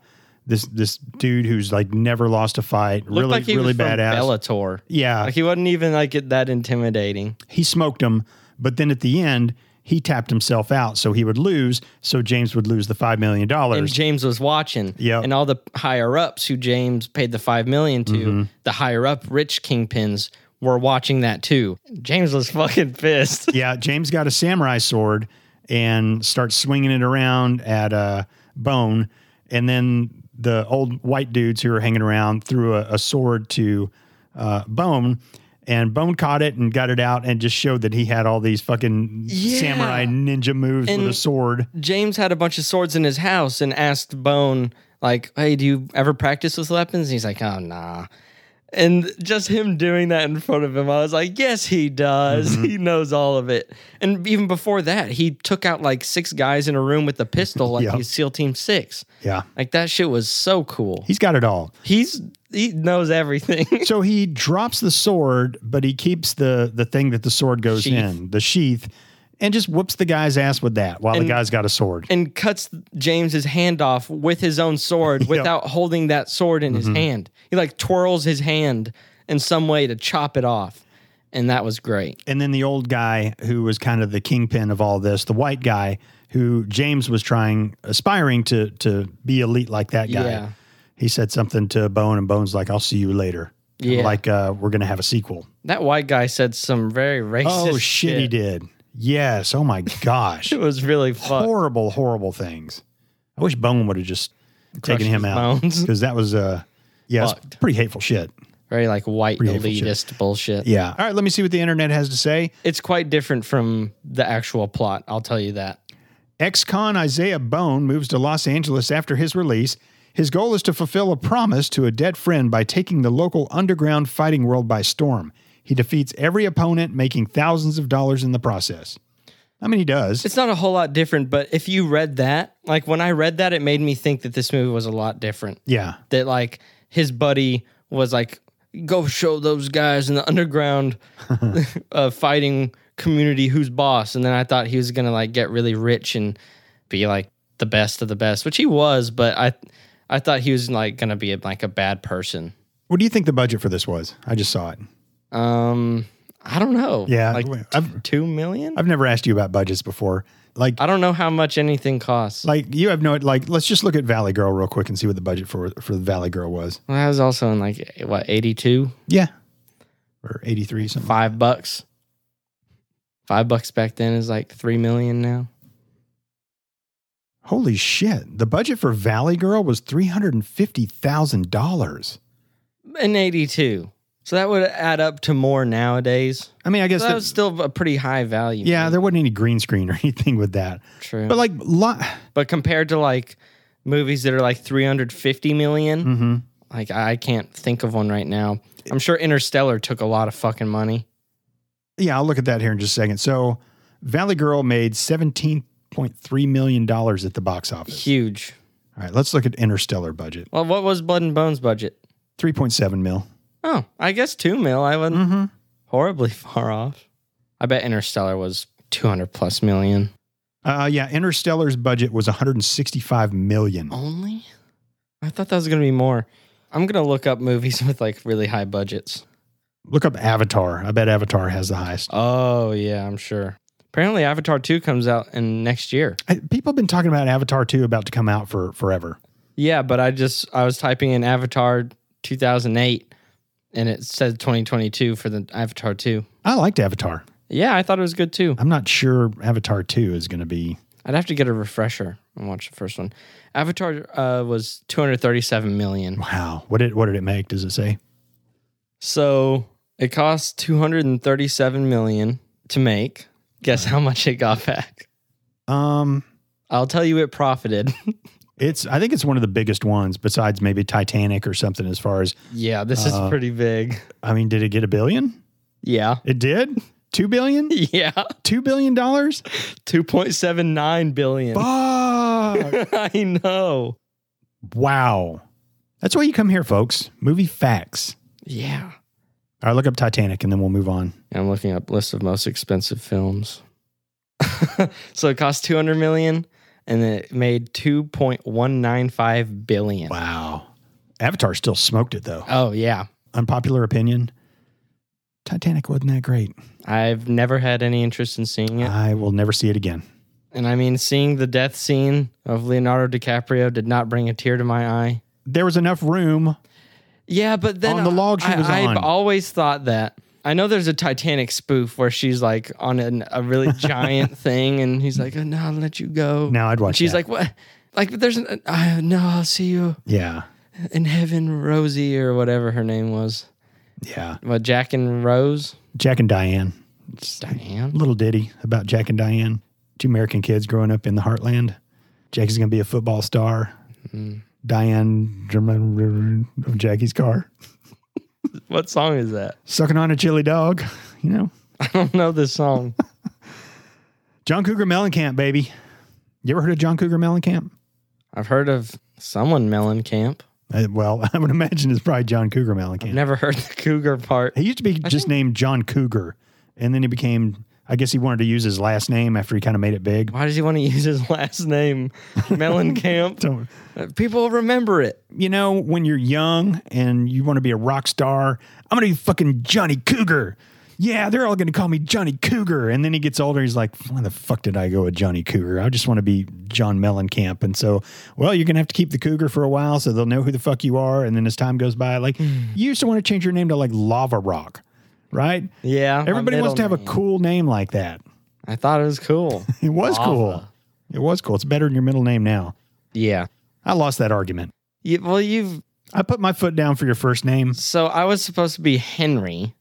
Speaker 2: This this dude who's like never lost a fight,
Speaker 1: Looked
Speaker 2: really
Speaker 1: like he
Speaker 2: really
Speaker 1: was from
Speaker 2: badass.
Speaker 1: Bellator.
Speaker 2: Yeah,
Speaker 1: Like he wasn't even like that intimidating.
Speaker 2: he smoked him, but then at the end he tapped himself out, so he would lose. So James would lose the five million
Speaker 1: And
Speaker 2: dollars.
Speaker 1: James was watching.
Speaker 2: Yep.
Speaker 1: And all the higher ups who James paid the five million to,
Speaker 2: Mm-hmm.
Speaker 1: the higher up rich kingpins were watching that too. James was fucking pissed.
Speaker 2: yeah, James got a samurai sword and starts swinging it around at uh, Bone, and then the old white dudes who were hanging around threw a, a sword to uh, Bone, and Bone caught it and got it out and just showed that he had all these fucking
Speaker 1: Yeah.
Speaker 2: samurai ninja moves with a sword.
Speaker 1: James had a bunch of swords in his house and asked Bone, like, hey, do you ever practice with weapons? And he's like, oh, nah. And just him doing that in front of him, I was like, yes, he does. He knows all of it. And even before that, he took out like six guys in a room with a pistol, like
Speaker 2: Yeah.
Speaker 1: he's SEAL Team Six.
Speaker 2: Yeah,
Speaker 1: Like that shit was so cool.
Speaker 2: he's got it all.
Speaker 1: He's he knows everything.
Speaker 2: so he drops the sword, but he keeps the the thing that the sword goes
Speaker 1: Sheath.
Speaker 2: in, the sheath, and just whoops the guy's ass with that while the guy's got a sword.
Speaker 1: and cuts James's hand off with his own sword without holding that sword in
Speaker 2: Mm-hmm.
Speaker 1: his hand. He like twirls his hand in some way to chop it off. And that was great.
Speaker 2: And then the old guy who was kind of the kingpin of all this, the white guy who James was trying aspiring to to be elite like that guy.
Speaker 1: Yeah.
Speaker 2: He said something to Bone and Bone's like, I'll see you later. Kinda
Speaker 1: Yeah.
Speaker 2: Like uh, we're gonna have a sequel.
Speaker 1: That white guy said some very racist
Speaker 2: Oh shit, he did. Yes. Oh my gosh.
Speaker 1: It was really fun.
Speaker 2: horrible, horrible things. I wish Bone would have just taken him
Speaker 1: his
Speaker 2: out
Speaker 1: bones.
Speaker 2: because that was uh, yeah, it's
Speaker 1: Fucked.
Speaker 2: pretty hateful shit.
Speaker 1: Very like white
Speaker 2: hateful shit.
Speaker 1: elitist bullshit.
Speaker 2: Yeah. All right, let me see what the internet has to say.
Speaker 1: It's quite different from the actual plot, I'll tell you that.
Speaker 2: Ex-con Isaiah Bone moves to Los Angeles after his release. His goal is to fulfill a promise to a dead friend by taking the local underground fighting world by storm. He defeats every opponent, making thousands of dollars in the process. I mean, he does.
Speaker 1: It's not a whole lot different, but if you read that, like when I read that, it made me think that this movie was a lot different.
Speaker 2: Yeah.
Speaker 1: that like his buddy was like go show those guys in the underground uh, fighting community who's boss and then i thought he was gonna like get really rich and be like the best of the best which he was but i i thought he was like gonna be like a bad person
Speaker 2: What do you think the budget for this was? I just saw it.
Speaker 1: um i don't know
Speaker 2: Yeah.
Speaker 1: like
Speaker 2: I've-
Speaker 1: two million
Speaker 2: I've never asked you about budgets before. Like
Speaker 1: i don't know how much anything costs
Speaker 2: Like you have no like. Let's just look at Valley Girl real quick and see what the budget for for the Valley Girl was.
Speaker 1: Well, that was also in like what 82
Speaker 2: Yeah, or eighty three something.
Speaker 1: five bucks five bucks back then is like three million now
Speaker 2: Holy shit! The budget for Valley Girl was three hundred and fifty thousand dollars.
Speaker 1: in 82. So that would add up to more nowadays.
Speaker 2: I mean, I guess
Speaker 1: So that
Speaker 2: that-
Speaker 1: was still a pretty high value.
Speaker 2: yeah, there wasn't any green screen or anything with that.
Speaker 1: true.
Speaker 2: But
Speaker 1: But,
Speaker 2: like, lo-
Speaker 1: compared to like movies that are like 350 million,
Speaker 2: Mhm.
Speaker 1: like I I can't think of one right now. I'm sure Interstellar took a lot of fucking money.
Speaker 2: yeah, I'll look at that here in just a second. So, Valley Girl made seventeen point three million dollars at the box office.
Speaker 1: Huge.
Speaker 2: All right, let's look at Interstellar budget
Speaker 1: Well, what was Blood and Bones budget?
Speaker 2: three point seven mil.
Speaker 1: Oh, I guess 2 mil. I wasn't
Speaker 2: Mm-hmm.
Speaker 1: horribly far off. I bet Interstellar was 200 plus million.
Speaker 2: Uh, yeah, Interstellar's budget was 165 million.
Speaker 1: Only? I thought that was going to be more. I'm going to look up movies with like really high budgets.
Speaker 2: Look up Avatar. I bet Avatar has the highest.
Speaker 1: Oh yeah, I'm sure. Apparently, Avatar Two comes out in next year.
Speaker 2: I, people have been talking about Avatar 2 about to come out for forever.
Speaker 1: Yeah, but I just I was typing in Avatar 2008, and it said 2022 for the Avatar Two.
Speaker 2: I liked Avatar.
Speaker 1: Yeah, I thought it was good too.
Speaker 2: I'm not sure Avatar 2 is going to be.
Speaker 1: I'd have to get a refresher and watch the first one. Avatar uh, was 237 million,
Speaker 2: Wow. What did what did it make? Does it say?
Speaker 1: so it cost 237 million to make. Guess how much it got back?
Speaker 2: Um
Speaker 1: I'll tell you, it profited.
Speaker 2: it's I think it's one of the biggest ones besides maybe Titanic or something as far as
Speaker 1: yeah, this is
Speaker 2: Uh,
Speaker 1: pretty big.
Speaker 2: I mean, did it get a billion?
Speaker 1: Yeah,
Speaker 2: It did? 2 billion?
Speaker 1: yeah.
Speaker 2: 2 billion dollars?
Speaker 1: 2.79 billion.
Speaker 2: Fuck.
Speaker 1: I know.
Speaker 2: wow. That's why you come here, folks. Movie facts.
Speaker 1: Yeah.
Speaker 2: All right, look up Titanic and then we'll move on.
Speaker 1: I'm looking up list of most expensive films. so it cost 200 million and it made 2.195 billion.
Speaker 2: Wow. Avatar still smoked it though.
Speaker 1: Oh yeah.
Speaker 2: Unpopular opinion. Titanic wasn't that great.
Speaker 1: I've never had any interest in seeing it.
Speaker 2: I will never see it again.
Speaker 1: And I mean seeing the death scene of Leonardo DiCaprio did not bring a tear to my eye.
Speaker 2: There was enough room.
Speaker 1: Yeah, but then
Speaker 2: On the log she
Speaker 1: I,
Speaker 2: was
Speaker 1: I've
Speaker 2: on.
Speaker 1: always thought that. I know there's a Titanic spoof where she's like on an, a really giant thing, and he's like, oh, "No, I'll let you go."
Speaker 2: No, I'd
Speaker 1: And
Speaker 2: watch
Speaker 1: She's
Speaker 2: that.
Speaker 1: like, "What?" Like, but there's an. Uh, no, I'll see you
Speaker 2: Yeah.
Speaker 1: in heaven, Rosie or whatever her name was.
Speaker 2: Yeah.
Speaker 1: What Jack and Rose?
Speaker 2: Jack and Diane. It's a
Speaker 1: Diane.
Speaker 2: little ditty about Jack and Diane, two American kids growing up in the heartland. Jack is going to be a football star. Diane Diane of Jackie's car,
Speaker 1: What song is that?
Speaker 2: sucking on a chili dog, you know.
Speaker 1: I don't know this song.
Speaker 2: John Cougar Mellencamp, baby. You ever heard of John Cougar Mellencamp?
Speaker 1: I've heard of someone Mellencamp.
Speaker 2: Uh, well, I would imagine it's probably John Cougar Mellencamp.
Speaker 1: Never heard the cougar part.
Speaker 2: He used to be just named John Cougar, and then he became. I guess he wanted to use his last name after he kind of made it big.
Speaker 1: Why does he want to use his last name, Mellencamp?
Speaker 2: So,
Speaker 1: People remember it.
Speaker 2: you know, when you're young and you want to be a rock star, I'm gonna be fucking Johnny Cougar. Yeah, they're all gonna call me Johnny Cougar. And then he gets older, he's like, Why the fuck did I go with Johnny Cougar? I just want to be John Mellencamp. And so, well, you're gonna have to keep the cougar for a while so they'll know who the fuck you are. And then as time goes by, like
Speaker 1: Hmm.
Speaker 2: you used to want to change your name to like Lava Rock, right?
Speaker 1: Yeah. my
Speaker 2: Everybody wants to have
Speaker 1: middle
Speaker 2: a
Speaker 1: name.
Speaker 2: cool name like that.
Speaker 1: I thought it was cool.
Speaker 2: It was
Speaker 1: Lava.
Speaker 2: cool. It was cool. It's better than your middle name now.
Speaker 1: yeah.
Speaker 2: I lost that argument.
Speaker 1: You, well, you've.
Speaker 2: I put my foot down for your first name.
Speaker 1: So I was supposed to be Henry.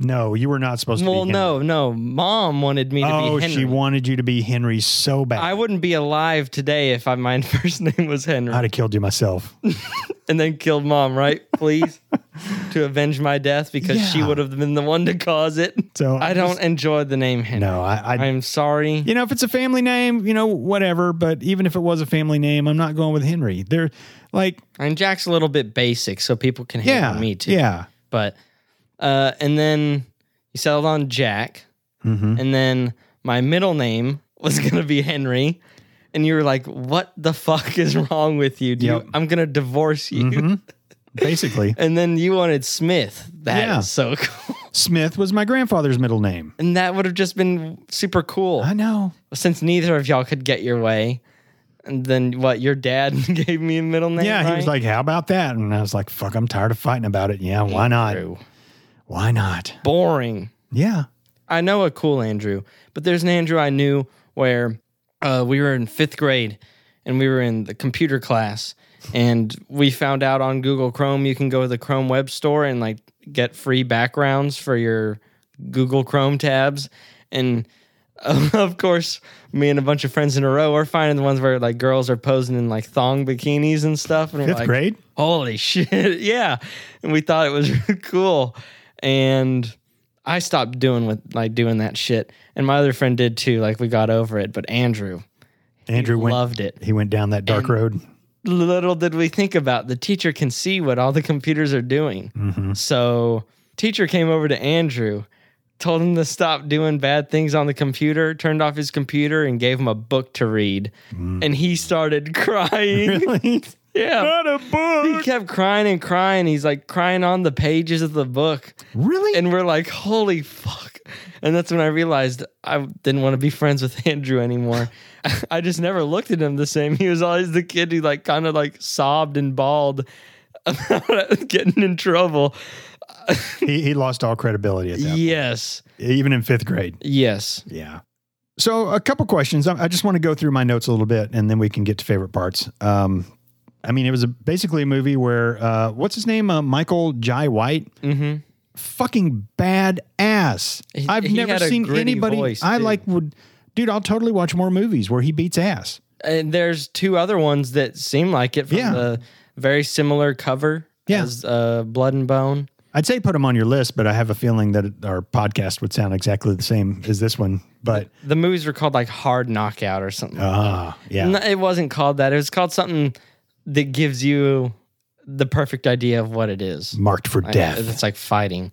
Speaker 2: No, you were not supposed
Speaker 1: Well,
Speaker 2: to be. Henry.
Speaker 1: no, no. Mom wanted me to
Speaker 2: Oh,
Speaker 1: be Henry.
Speaker 2: she wanted you to be Henry so bad.
Speaker 1: I wouldn't be alive today if I, my first name was Henry.
Speaker 2: I'd have killed you myself.
Speaker 1: and then killed mom, right? Please. to avenge my death because she
Speaker 2: Yeah.
Speaker 1: would have been the one to cause it.
Speaker 2: So
Speaker 1: I
Speaker 2: I'm
Speaker 1: don't enjoy the name Henry.
Speaker 2: No, I, I
Speaker 1: I'm sorry.
Speaker 2: you know, if it's a family name, you know, whatever. But even if it was a family name, I'm not going with Henry. They're like,
Speaker 1: And Jack's a little bit basic, so people can hate
Speaker 2: yeah,
Speaker 1: on me too.
Speaker 2: yeah,
Speaker 1: But uh and then you settled on Jack.
Speaker 2: Mhm.
Speaker 1: And then my middle name was gonna be Henry. And you were like, What the fuck is wrong with you, dude?
Speaker 2: Yep. Mm-hmm.
Speaker 1: I'm gonna divorce you.
Speaker 2: basically.
Speaker 1: And then you wanted Smith. That is
Speaker 2: Yeah.
Speaker 1: so cool.
Speaker 2: Smith was my grandfather's middle name.
Speaker 1: And that would have just been super cool.
Speaker 2: I know.
Speaker 1: Since neither of y'all could get your way. And then what, your dad gave me a middle name?
Speaker 2: Yeah, he was
Speaker 1: right?
Speaker 2: like, "How about that?" And I was like, "Fuck, I'm tired of fighting about it." Yeah, why not?
Speaker 1: Andrew.
Speaker 2: Why not?
Speaker 1: Boring.
Speaker 2: Yeah.
Speaker 1: I know a cool Andrew, but there's an Andrew I knew where uh, we were in fifth grade and we were in the computer class, and we found out on Google Chrome you can go to the Chrome Web Store and like get free backgrounds for your Google Chrome tabs, and uh, of course, me and a bunch of friends in a row are finding the ones where like girls are posing in like thong bikinis and stuff. And we're
Speaker 2: Fifth
Speaker 1: like,
Speaker 2: grade?
Speaker 1: holy shit yeah and we thought it was really cool and i stopped doing with like doing that shit and my other friend did too like we got over it but andrew
Speaker 2: Andrew went
Speaker 1: loved it
Speaker 2: he went down that dark road.
Speaker 1: little did we think about the teacher can see what all the computers are doing
Speaker 2: Mm-hmm.
Speaker 1: so teacher came over to andrew told him to stop doing bad things on the computer turned off his computer and gave him a book to read and he started crying
Speaker 2: Mm. Really?
Speaker 1: yeah
Speaker 2: Not a
Speaker 1: he
Speaker 2: book.
Speaker 1: kept crying and crying. He's like crying on the pages of the book.
Speaker 2: Really?
Speaker 1: And we're like, holy fuck. And that's when I realized I didn't want to be friends with Andrew anymore. I just never looked at him the same. He was always the kid who like kind of like sobbed and bawled about getting in trouble.
Speaker 2: he, he lost all credibility at that,
Speaker 1: Yes.
Speaker 2: even in fifth grade.
Speaker 1: Yes.
Speaker 2: Yeah. So a couple questions. I, I just want to go through my notes a little bit, and then we can get to favorite parts. Um, I mean, it was a, basically a movie where uh, what's his name? Uh, Michael Jai White.
Speaker 1: Mm-hmm.
Speaker 2: fucking badass.
Speaker 1: He-
Speaker 2: I've
Speaker 1: he
Speaker 2: never
Speaker 1: had a
Speaker 2: seen
Speaker 1: gritty
Speaker 2: anybody.
Speaker 1: voice,
Speaker 2: I
Speaker 1: too.
Speaker 2: like would, dude. I'll totally watch more movies where he beats ass.
Speaker 1: And there's two other ones that seem like it from
Speaker 2: Yeah.
Speaker 1: the very similar cover
Speaker 2: Yeah.
Speaker 1: as uh, Blood and Bone.
Speaker 2: I'd say put him on your list, but I have a feeling that our podcast would sound exactly the same as this one. But
Speaker 1: The movies were called like Hard Knockout or something. like
Speaker 2: ah, yeah,
Speaker 1: No, it wasn't called that. It was called something that gives you the perfect idea of what it is.
Speaker 2: marked for
Speaker 1: I-
Speaker 2: death.
Speaker 1: It's like fighting.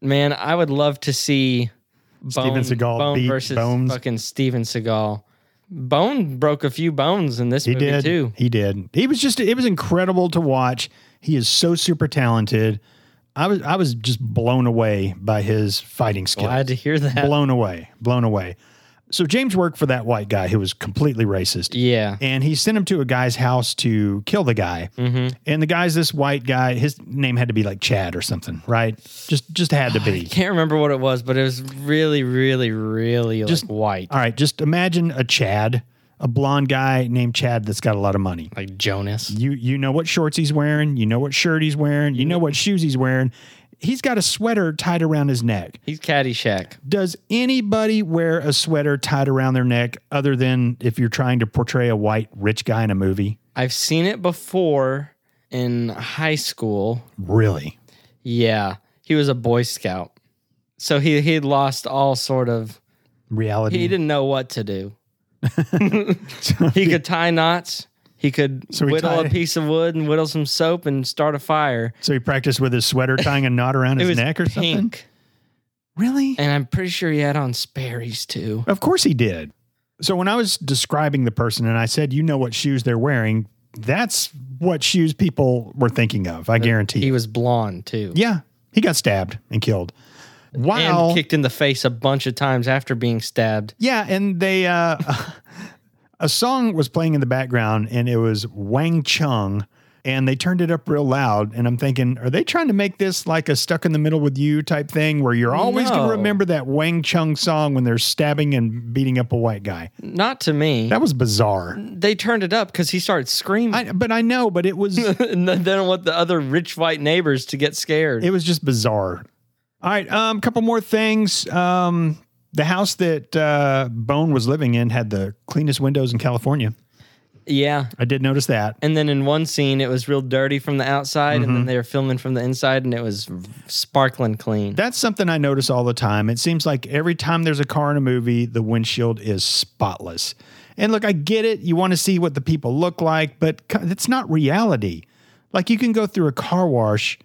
Speaker 1: Man, I would love to see Bone,
Speaker 2: Steven Seagal
Speaker 1: Bone
Speaker 2: beat
Speaker 1: versus
Speaker 2: Bones.
Speaker 1: fucking Steven Seagal. Bone broke a few bones in this
Speaker 2: He
Speaker 1: movie
Speaker 2: did.
Speaker 1: too.
Speaker 2: He did. He was just. It was incredible to watch. He is so super talented. I was. I was just blown away by his fighting skills.
Speaker 1: Glad to hear that.
Speaker 2: blown away. Blown away. So James worked for that white guy who was completely racist,
Speaker 1: yeah.
Speaker 2: and he sent him to a guy's house to kill the guy.
Speaker 1: Mm-hmm.
Speaker 2: And the guy's this white guy. His name had to be like Chad or something, right? Just just had to be.
Speaker 1: Oh, Can't remember what it was, but it was really, really, really
Speaker 2: Just- uh,
Speaker 1: like white,
Speaker 2: All right, just imagine a Chad, a blonde guy named Chad that's got a lot of money.
Speaker 1: like Jonas.
Speaker 2: You you know what shorts he's wearing, you know what shirt he's wearing, you know what shoes he's wearing. He's got a sweater tied around his neck.
Speaker 1: He's Caddyshack.
Speaker 2: Does anybody wear a sweater tied around their neck other than if you're trying to portray a white rich guy in a movie?
Speaker 1: I've seen it before in high school.
Speaker 2: Really?
Speaker 1: Yeah, he was a Boy Scout, so he he had lost all sort of.
Speaker 2: Reality.
Speaker 1: He didn't know what to do.
Speaker 2: So
Speaker 1: He could tie knots. He could
Speaker 2: So he
Speaker 1: whittle a
Speaker 2: tied-
Speaker 1: piece of wood and whittle some soap and start a fire.
Speaker 2: So he practiced with his sweater tying a knot around
Speaker 1: It
Speaker 2: his
Speaker 1: was
Speaker 2: neck or something?
Speaker 1: pink,
Speaker 2: Really?
Speaker 1: and I'm pretty sure he had on Sperry's too.
Speaker 2: Of course he did. So when I was describing the person and I said, you know what shoes they're wearing, that's what shoes people were thinking of. I guarantee.
Speaker 1: He was blonde too.
Speaker 2: Yeah, he got stabbed and killed.
Speaker 1: and
Speaker 2: Wow.
Speaker 1: kicked in the face a bunch of times after being stabbed.
Speaker 2: yeah, and they uh, a song was playing in the background, and it was Wang Chung, and they turned it up real loud. And I'm thinking, are they trying to make this like a stuck in the middle with you type thing, where you're always going
Speaker 1: No.
Speaker 2: to remember that Wang Chung song when they're stabbing and beating up a white guy?
Speaker 1: Not to me.
Speaker 2: That was bizarre.
Speaker 1: they turned it up because he started screaming.
Speaker 2: I, but I know, but it was
Speaker 1: and then they don't want the other rich white neighbors to get scared.
Speaker 2: it was just bizarre. All right, um, couple more things. Um, the house that uh, Bone was living in had the cleanest windows in California.
Speaker 1: yeah.
Speaker 2: I did notice that.
Speaker 1: And then in one scene, it was real dirty from the outside, and
Speaker 2: Mm-hmm.
Speaker 1: then they were filming from the inside, and it was sparkling clean.
Speaker 2: That's something I notice all the time. It seems like every time there's a car in a movie, the windshield is spotless. And look, I get it. You want to see what the people look like, but c- it's not reality. Like you can go through a car wash,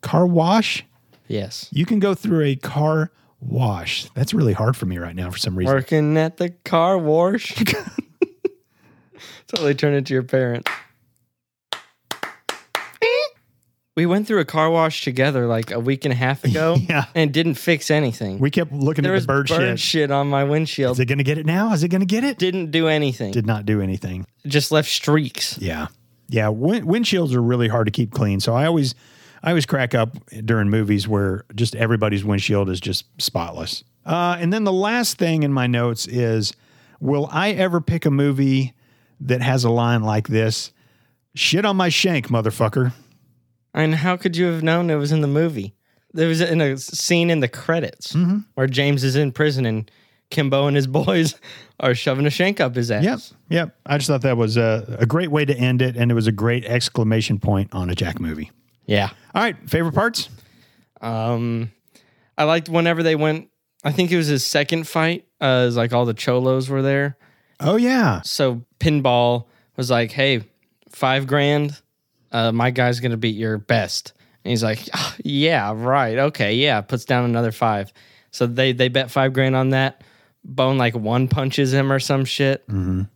Speaker 2: car wash.
Speaker 1: yes.
Speaker 2: You can go through a car wash. That's really hard for me right now for some reason.
Speaker 1: Working at the car wash. totally turn it to your parents. We went through a car wash together like a week and a half ago
Speaker 2: Yeah.
Speaker 1: and didn't fix anything.
Speaker 2: We kept looking
Speaker 1: there
Speaker 2: at
Speaker 1: was
Speaker 2: the bird, shit.
Speaker 1: on my
Speaker 2: Is
Speaker 1: windshield.
Speaker 2: it going to get it now? Is it going to get it?
Speaker 1: Didn't do anything.
Speaker 2: Did not do anything.
Speaker 1: Just left streaks.
Speaker 2: Yeah. Yeah. Win- windshields are really hard to keep clean. So I always, I always crack up during movies where just everybody's windshield is just spotless. Uh, and then the last thing in my notes is Will I ever pick a movie that has a line like this? Shit on my shank, motherfucker.
Speaker 1: And how could you have known it was in the movie? There was in a scene in the credits where James is in prison and Kimbo and his boys are shoving a shank up his ass.
Speaker 2: Yep. Yep. I just thought that was a, a great way to end it. And it was a great exclamation point on a Jack movie.
Speaker 1: Yeah.
Speaker 2: All right. Favorite parts?
Speaker 1: Um, I liked whenever they went. I think it was his second fight. Uh, it was like all the cholos were there.
Speaker 2: Oh, yeah.
Speaker 1: So pinball was like, "Hey, five grand. Uh, my guy's gonna beat your best." And he's like, "Ah, "Yeah, right. Okay, yeah." Puts down another five. So they they bet five grand on that. Bone like one punches him or some shit.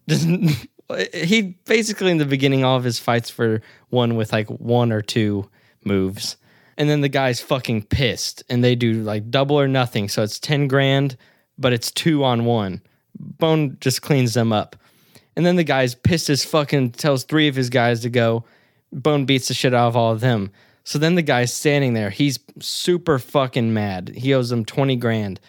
Speaker 1: Doesn't he basically in the beginning all of his fights were one with like one or two moves. And then the guy's fucking pissed and they do like double or nothing. So it's 10 grand, but it's two on one. Bone just cleans them up. And then the guy's pissed as fucking tells three of his guys to go. Bone beats the shit out of all of them. So then the guy's standing there. He's super fucking mad. He owes them 20 grand.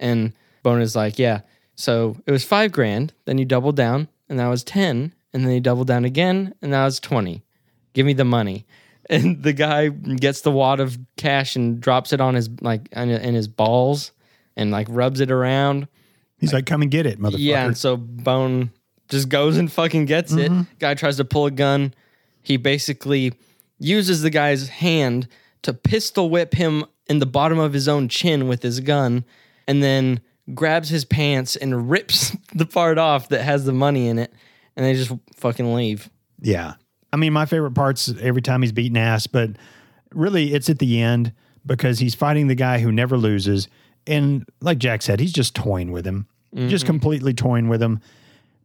Speaker 1: And Bone is like, yeah. So it was five grand. Then you doubled down, and that was 10. And then you doubled down again, and that was 20. Give me the money. And the guy gets the wad of cash and drops it on his like in in his balls and like rubs it around.
Speaker 2: He's like, come and get it, motherfucker.
Speaker 1: Yeah, and so Bone just goes and fucking gets
Speaker 2: Mm-hmm.
Speaker 1: it. Guy tries to pull a gun. He basically uses the guy's hand to pistol whip him in the bottom of his own chin with his gun, and then grabs his pants and rips the part off that has the money in it, and they just fucking leave.
Speaker 2: Yeah. I mean, my favorite part's every time he's beating ass, but really it's at the end because he's fighting the guy who never
Speaker 1: Mm-hmm.
Speaker 2: loses. And like Jack said, he's just toying with him, just completely toying with him.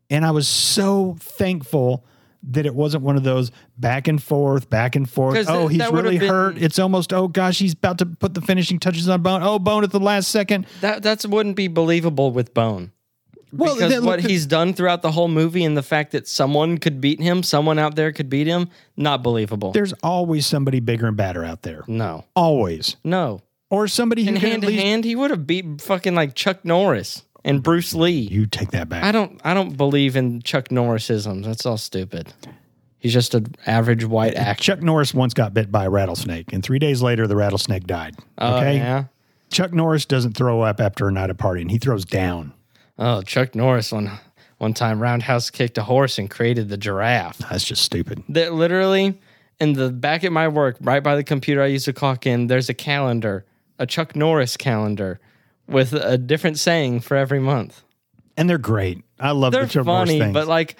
Speaker 2: And I was so thankful that it wasn't one of those back and forth, back and forth.
Speaker 1: 'Cause
Speaker 2: Oh,
Speaker 1: that-
Speaker 2: he's
Speaker 1: that would've
Speaker 2: really
Speaker 1: been-
Speaker 2: hurt. It's almost, oh gosh, he's about to put the finishing touches on Bone. Oh, Bone at the last second.
Speaker 1: That that's wouldn't be believable with Bone.
Speaker 2: Well,
Speaker 1: because
Speaker 2: then
Speaker 1: what
Speaker 2: look-
Speaker 1: he's done throughout the whole movie and the fact that someone could beat him, someone out there could beat him, not believable.
Speaker 2: there's always somebody bigger and badder out there.
Speaker 1: no,
Speaker 2: Always.
Speaker 1: no.
Speaker 2: Or somebody who
Speaker 1: And
Speaker 2: can
Speaker 1: hand
Speaker 2: at
Speaker 1: to
Speaker 2: least.
Speaker 1: hand, he would have beat fucking like Chuck Norris and Bruce Lee.
Speaker 2: You take that back.
Speaker 1: I don't, I don't believe in Chuck Norrisisms. That's all stupid. He's just an average white actor.
Speaker 2: Chuck Norris once got bit by a rattlesnake, and three days later, the rattlesnake died.
Speaker 1: Oh,
Speaker 2: okay.
Speaker 1: yeah.
Speaker 2: Chuck Norris doesn't throw up after a night of partying, he throws down.
Speaker 1: Oh, Chuck Norris one one time roundhouse kicked a horse and created the giraffe.
Speaker 2: That's just stupid.
Speaker 1: that literally in the back at my work, right by the computer I used to clock in, there's a calendar, a Chuck Norris calendar with a different saying for every month.
Speaker 2: And they're great. I love
Speaker 1: They're
Speaker 2: the Chuck
Speaker 1: funny,
Speaker 2: Norris things.
Speaker 1: but like,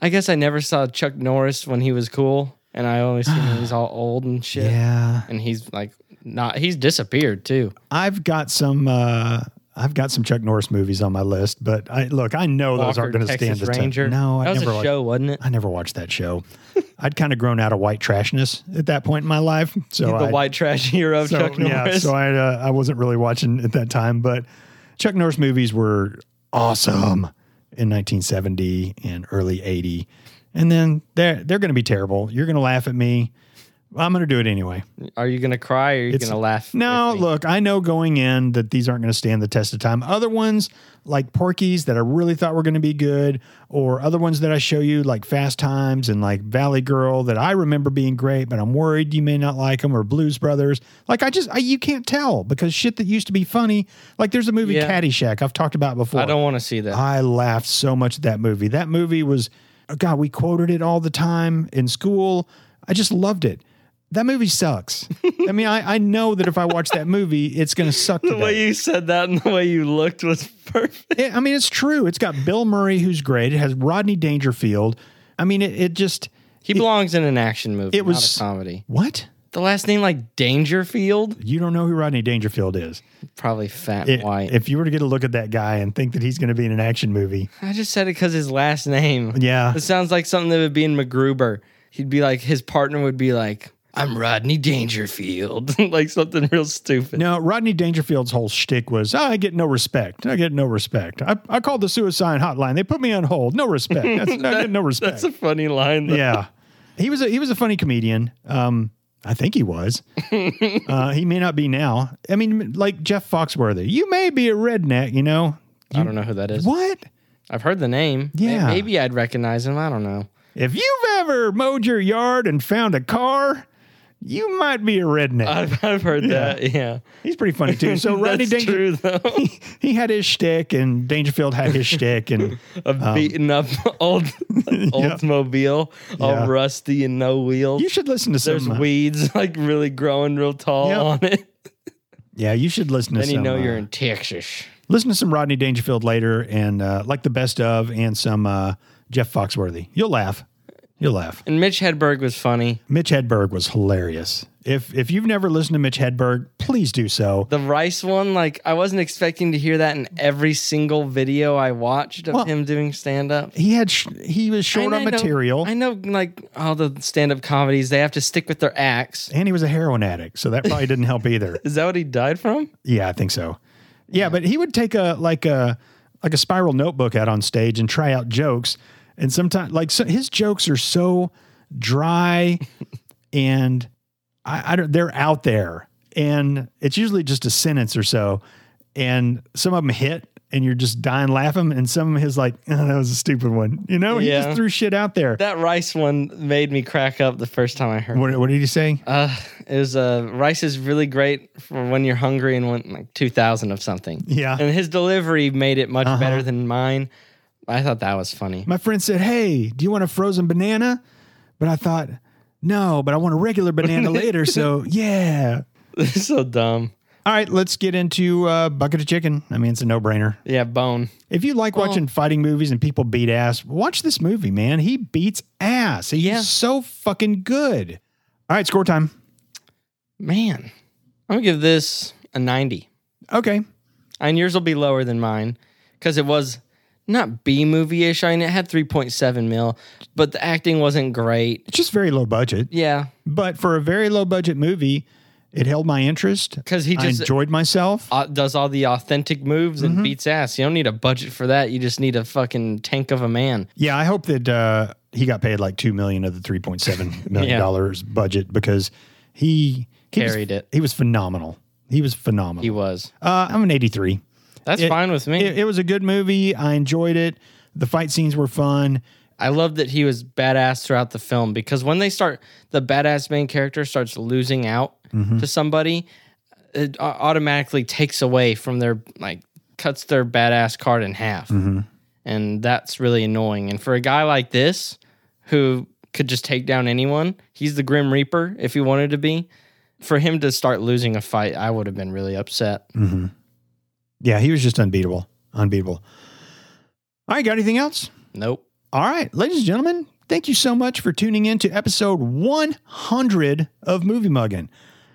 Speaker 1: I guess I never saw Chuck Norris when he was cool, and I only seen when he's all old and shit.
Speaker 2: yeah,
Speaker 1: And he's like, not, he's disappeared too.
Speaker 2: I've got some. Uh, I've got some Chuck Norris movies on my list, but I look. I know those
Speaker 1: Walker,
Speaker 2: aren't going to stand
Speaker 1: Texas
Speaker 2: the
Speaker 1: Ranger.
Speaker 2: test. No, I
Speaker 1: that was
Speaker 2: never.
Speaker 1: a
Speaker 2: Watched,
Speaker 1: show, wasn't it?
Speaker 2: I never watched that show. I'd kind of grown out of white trashness at that point in my life, so
Speaker 1: The
Speaker 2: I,
Speaker 1: white trash hero of
Speaker 2: so,
Speaker 1: Chuck Norris.
Speaker 2: Yeah, so I uh, I wasn't really watching at that time, but Chuck Norris movies were awesome in 1970 and early 80, and then they're they're going to be terrible. You're going to laugh at me. I'm going to do it anyway.
Speaker 1: are you gonna cry or are you
Speaker 2: It's-
Speaker 1: gonna laugh?
Speaker 2: No,
Speaker 1: with me?
Speaker 2: look, I know going in that these aren't going to stand the test of time. Other ones like Porky's that I really thought were going to be good, or other ones that I show you like Fast Times and like Valley Girl that I remember being great, but I'm worried you may not like them, or Blues Brothers. Like I just I, you can't tell because shit that used to be funny. Like there's a movie
Speaker 1: Yeah.
Speaker 2: Caddyshack I've talked about before.
Speaker 1: I don't want to see that.
Speaker 2: I laughed so much at that movie. That movie was, oh God, we quoted it all the time in school. I just loved it. That movie sucks. I mean, I, I know that if I watch that movie, it's going to suck.
Speaker 1: the way
Speaker 2: Today.
Speaker 1: you said that and the way you looked was perfect.
Speaker 2: It- I mean, it's true. It's got Bill Murray, who's great. It has Rodney Dangerfield. I mean, it, it just,
Speaker 1: He belongs in an action movie,
Speaker 2: it was-
Speaker 1: not a comedy.
Speaker 2: what?
Speaker 1: The last name like Dangerfield,
Speaker 2: You don't know who Rodney Dangerfield is.
Speaker 1: probably fat
Speaker 2: It-
Speaker 1: and white.
Speaker 2: If you were to get a look at that guy and think that he's going to be in an action movie,
Speaker 1: I just said it because his last name.
Speaker 2: yeah,
Speaker 1: It sounds like something that would be in MacGruber. He'd be like, his partner would be like, "I'm Rodney Dangerfield," like something real stupid.
Speaker 2: No, Rodney Dangerfield's whole shtick was, "Oh, I get no respect. I get no respect. I, I called the suicide hotline. They put me on hold. No respect. That's, I get no respect.
Speaker 1: That's a funny line. Though.
Speaker 2: yeah, he was a he was a funny comedian. Um, I think he was. uh, he may not be now. I mean, like Jeff Foxworthy. You may be a redneck. You know
Speaker 1: I don't know who that is.
Speaker 2: what?
Speaker 1: I've heard the name. May-
Speaker 2: Yeah.
Speaker 1: maybe I'd recognize him. I don't know.
Speaker 2: If you've ever mowed your yard and found a car, you might be a redneck.
Speaker 1: I've, I've heard that. Yeah,
Speaker 2: He's pretty funny too. So Rodney
Speaker 1: That's
Speaker 2: Dangerfield.
Speaker 1: true though.
Speaker 2: He had his shtick, and Dangerfield had his shtick, and
Speaker 1: A beaten up old Oldsmobile, all
Speaker 2: Yeah.
Speaker 1: rusty and no wheels.
Speaker 2: You should listen to some.
Speaker 1: There's
Speaker 2: uh,
Speaker 1: weeds like really growing real tall
Speaker 2: Yep.
Speaker 1: on it.
Speaker 2: yeah, you should listen to
Speaker 1: Then
Speaker 2: some.
Speaker 1: you know
Speaker 2: uh,
Speaker 1: you're in Texas.
Speaker 2: listen to some Rodney Dangerfield later, and uh, like the best of, and some uh, Jeff Foxworthy. You'll laugh. You'll laugh.
Speaker 1: And Mitch Hedberg was funny.
Speaker 2: Mitch Hedberg was hilarious. If if you've never listened to Mitch Hedberg, please do so.
Speaker 1: The rice one, like I wasn't expecting to hear that in every single video I watched of
Speaker 2: Well,
Speaker 1: him doing stand up.
Speaker 2: He had sh- he was short on material,
Speaker 1: I know like all the stand up comedies, they have to stick with their acts.
Speaker 2: and he was a heroin addict, so that probably didn't help either.
Speaker 1: Is that what he died from?
Speaker 2: Yeah, I think so. Yeah, but he would take a like a like a spiral notebook out on stage and try out jokes, and sometimes like so, his jokes are so dry, and I, I don't they're out there, and it's usually just a sentence or so, and some of them hit. And you're just dying laughing, and some of his like, oh, that was a stupid one. You know, he
Speaker 1: Yeah.
Speaker 2: just threw shit out there.
Speaker 1: That rice one made me crack up the first time I heard. it.
Speaker 2: what, what did he say?
Speaker 1: Uh, it was uh, rice is really great for when you're hungry and want like two thousand of something.
Speaker 2: Yeah. Uh-huh.
Speaker 1: and his delivery made it much better than mine. I thought that was funny.
Speaker 2: My friend said, Hey, do you want a frozen banana? But I thought, No, but I want a regular banana later. So, yeah.
Speaker 1: so dumb.
Speaker 2: All right, let's get into uh, Bucket of Chicken. I mean, it's a no brainer.
Speaker 1: Yeah, bone.
Speaker 2: If you like watching fighting movies and people beat ass, watch this movie, man. He beats ass. He's
Speaker 1: Yeah.
Speaker 2: so fucking good. All right, score time.
Speaker 1: Man, I'm gonna give this a ninety.
Speaker 2: Okay.
Speaker 1: And yours will be lower than mine because it was not B movie ish. I mean, it had 3.7 mil, but the acting wasn't great.
Speaker 2: It's just very low budget.
Speaker 1: Yeah,
Speaker 2: But for a very low budget movie, it held my interest.
Speaker 1: because he
Speaker 2: I Mm-hmm.
Speaker 1: just
Speaker 2: enjoyed myself.
Speaker 1: uh, does all the authentic moves and beats ass. You don't need a budget for that. You just need a fucking tank of a man.
Speaker 2: Yeah, I hope that uh, he got paid like two million of the three point seven million
Speaker 1: Yeah.
Speaker 2: dollars budget because he, he was-
Speaker 1: Carried it.
Speaker 2: He was phenomenal. He was phenomenal.
Speaker 1: He was.
Speaker 2: uh, I'm an eighty three.
Speaker 1: That's
Speaker 2: It-
Speaker 1: fine with me.
Speaker 2: It, it was a good movie. I enjoyed it. The fight scenes were fun.
Speaker 1: I love that he was badass throughout the film because when they start, the badass main character starts losing out
Speaker 2: Mm-hmm. Mm.
Speaker 1: to somebody, it au- automatically takes away from their, like, cuts their badass card in half.
Speaker 2: Mm-hmm.
Speaker 1: And that's really annoying. And for a guy like this who could just take down anyone, he's the Grim Reaper if he wanted to be. For him to start losing a fight, I would have been really upset.
Speaker 2: Mm-hmm. Yeah, he was just unbeatable. Unbeatable. All right, got anything else?
Speaker 1: Nope.
Speaker 2: All right, ladies and gentlemen, thank you so much for tuning in to episode 100 of Movie Muggin.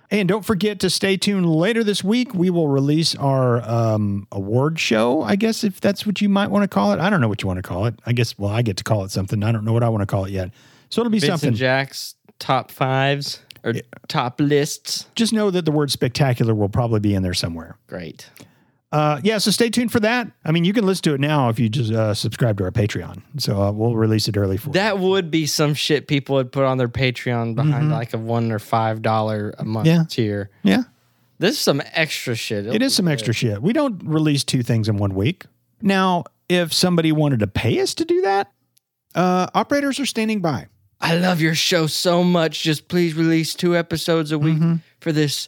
Speaker 2: And don't forget to stay tuned later this week. We will release our um, award show, I guess, if that's what you might want to call it. I don't know what you want to call it. I guess, well, I get to call it something. I don't know what I want to call it yet. So it'll be
Speaker 1: Vince
Speaker 2: something.
Speaker 1: and Jack's top fives or top lists.
Speaker 2: Just know that the word spectacular will probably be in there somewhere.
Speaker 1: Great.
Speaker 2: Uh, yeah, so stay tuned for that. I mean, you can listen to it now if you just uh, subscribe to our Patreon. So uh, we'll release it early for you.
Speaker 1: That would be some shit people would put on their Patreon behind like a one or five dollar a month
Speaker 2: Mm-hmm. Yeah.
Speaker 1: tier.
Speaker 2: Yeah.
Speaker 1: This is some extra shit.
Speaker 2: It is some extra shit. We don't release two things in one week. Now, if somebody wanted to pay us to do that, uh, operators are standing by.
Speaker 1: I love your show so much. Just please release two episodes a week
Speaker 2: Mm-hmm.
Speaker 1: for this.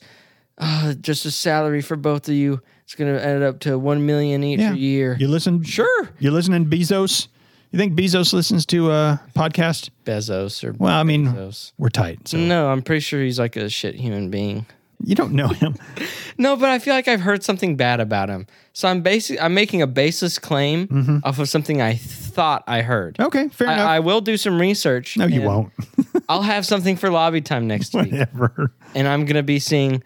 Speaker 1: Uh, just a salary for both of you. It's gonna add up to one million each
Speaker 2: Yeah.
Speaker 1: a year.
Speaker 2: You listen,
Speaker 1: Sure,
Speaker 2: you listen in Bezos. You think Bezos listens to a podcast?
Speaker 1: Bezos or
Speaker 2: Well, I mean,
Speaker 1: Bezos.
Speaker 2: we're tight. So
Speaker 1: No, I'm pretty sure he's like a shit human being.
Speaker 2: you don't know him.
Speaker 1: No, but I feel like I've heard something bad about him. So I'm basic. I'm making a baseless claim off of something I thought I heard.
Speaker 2: Okay, Mm-hmm. Oh, fair enough.
Speaker 1: I, I will do some research.
Speaker 2: no, you
Speaker 1: and
Speaker 2: won't.
Speaker 1: I'll have something for lobby time next week,
Speaker 2: Whatever.
Speaker 1: and I'm gonna be seeing.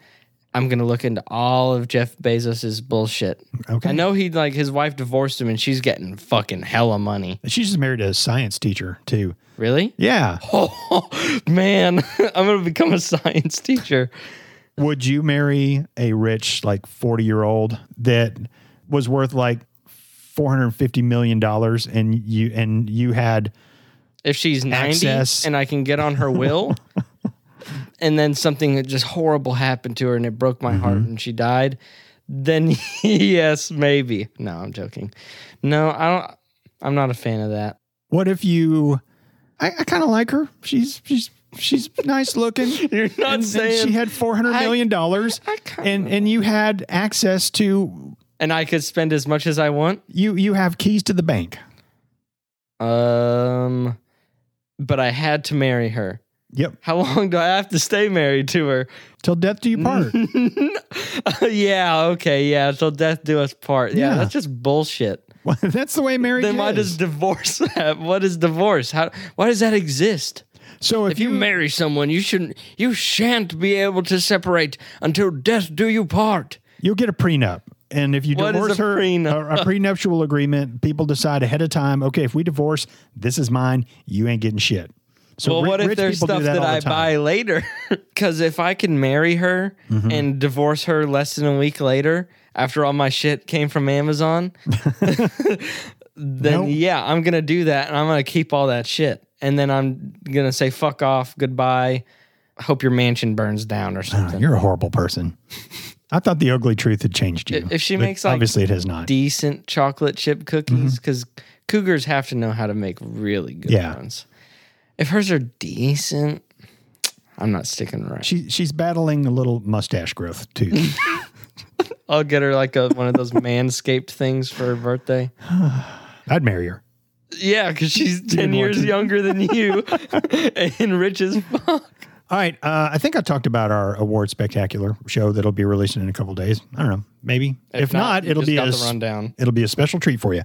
Speaker 1: I'm gonna look into all of Jeff Bezos's bullshit.
Speaker 2: Okay.
Speaker 1: I know he like his wife divorced him, and she's getting fucking hella money.
Speaker 2: She's just married to a science teacher too.
Speaker 1: Really?
Speaker 2: Yeah.
Speaker 1: Oh man, I'm gonna become a science teacher.
Speaker 2: Would you marry a rich, like 40 year old that was worth like $450 million and you, and you had,
Speaker 1: If she's 90
Speaker 2: Access.
Speaker 1: and I can get on her will, and then something just horrible happened to her and it broke my heart
Speaker 2: Mm-hmm.
Speaker 1: and she died, then yes, maybe. No, I'm joking. No, I don't. I'm not a fan of that.
Speaker 2: what if you, I, I kind of like her. She's, she's, she's nice looking.
Speaker 1: You're not
Speaker 2: And- and
Speaker 1: saying.
Speaker 2: she had $400 million dollars
Speaker 1: I kinda-
Speaker 2: and, and you had access to,
Speaker 1: and I could spend as much as I want.
Speaker 2: you, you have keys to the bank.
Speaker 1: Um, but I had to marry her.
Speaker 2: Yep.
Speaker 1: How long do I have to stay married to her?
Speaker 2: Till death do you part.
Speaker 1: yeah, okay, yeah. Till death do us part.
Speaker 2: Yeah.
Speaker 1: yeah. that's just bullshit.
Speaker 2: Well, That's the way marriage
Speaker 1: Mm-hmm. Then why
Speaker 2: is.
Speaker 1: does divorce have? What is divorce? How? Why does that exist?
Speaker 2: so if,
Speaker 1: If you marry someone, you shouldn't. You shan't be able to separate until death do you part.
Speaker 2: You'll get a prenup. And if you
Speaker 1: What is
Speaker 2: divorce
Speaker 1: a
Speaker 2: her,
Speaker 1: prenup?
Speaker 2: A, a prenuptial agreement, people decide ahead of time, okay, if we divorce, this is mine. You ain't getting shit. So
Speaker 1: Well,
Speaker 2: ri-
Speaker 1: what if
Speaker 2: rich
Speaker 1: there's
Speaker 2: people do
Speaker 1: stuff that,
Speaker 2: all the
Speaker 1: I
Speaker 2: time.
Speaker 1: buy later? Because if I can marry her
Speaker 2: Mm-hmm.
Speaker 1: and divorce her less than a week later, after all my shit came from Amazon, then
Speaker 2: Nope.
Speaker 1: yeah, I'm gonna do that, and I'm gonna keep all that shit, and then I'm gonna say fuck off, goodbye. Hope your mansion burns down or something.
Speaker 2: You're a horrible person. I thought the ugly truth had changed you.
Speaker 1: If she
Speaker 2: but
Speaker 1: makes, like,
Speaker 2: obviously it has not.
Speaker 1: decent chocolate chip cookies because cougars have to know how to make really good
Speaker 2: Mm-hmm. Yeah.
Speaker 1: ones. If hers are decent, I'm not sticking around.
Speaker 2: she she's battling a little mustache growth too.
Speaker 1: I'll get her like a, one of those manscaped things for her birthday.
Speaker 2: I'd marry her.
Speaker 1: Yeah, because she's 10
Speaker 2: want
Speaker 1: years
Speaker 2: to.
Speaker 1: younger than you and rich as fuck.
Speaker 2: All right, uh, I think I talked about our award spectacular show that'll be releasing in a couple days. I don't know, maybe. If, not,
Speaker 1: you
Speaker 2: it'll
Speaker 1: just
Speaker 2: be
Speaker 1: got
Speaker 2: a
Speaker 1: the rundown.
Speaker 2: It'll be a special treat for you.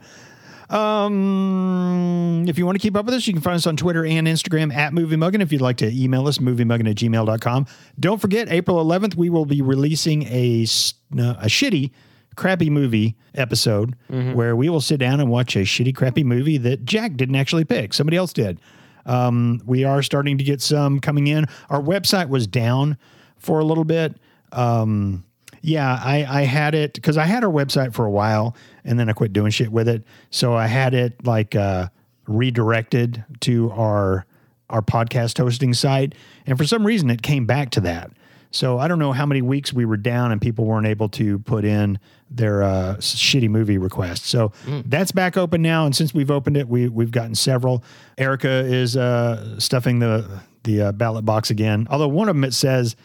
Speaker 2: Um, if you want to keep up with us, you can find us on Twitter and Instagram at Movie Muggin. If you'd like to email us, moviemuggin at gmail.com. Don't forget, April 11th, we will be releasing a, s- no, a shitty crappy movie episode where we will sit down and watch a shitty, crappy movie that Jack didn't actually pick. Somebody else did. Um, we are starting to get some coming in. Our website was down for a little bit. Um, yeah, I, I had it because I had our website for a while and then I quit doing shit with it. So I had it like uh, redirected to our our podcast hosting site. And for some reason, it came back to that. So I don't know how many weeks we were down and people weren't able to put in their uh, s- shitty movie requests. So that's back open now, and since we've opened it, we we've gotten several. Erica is uh, stuffing the the uh, ballot box again. Although one of them it says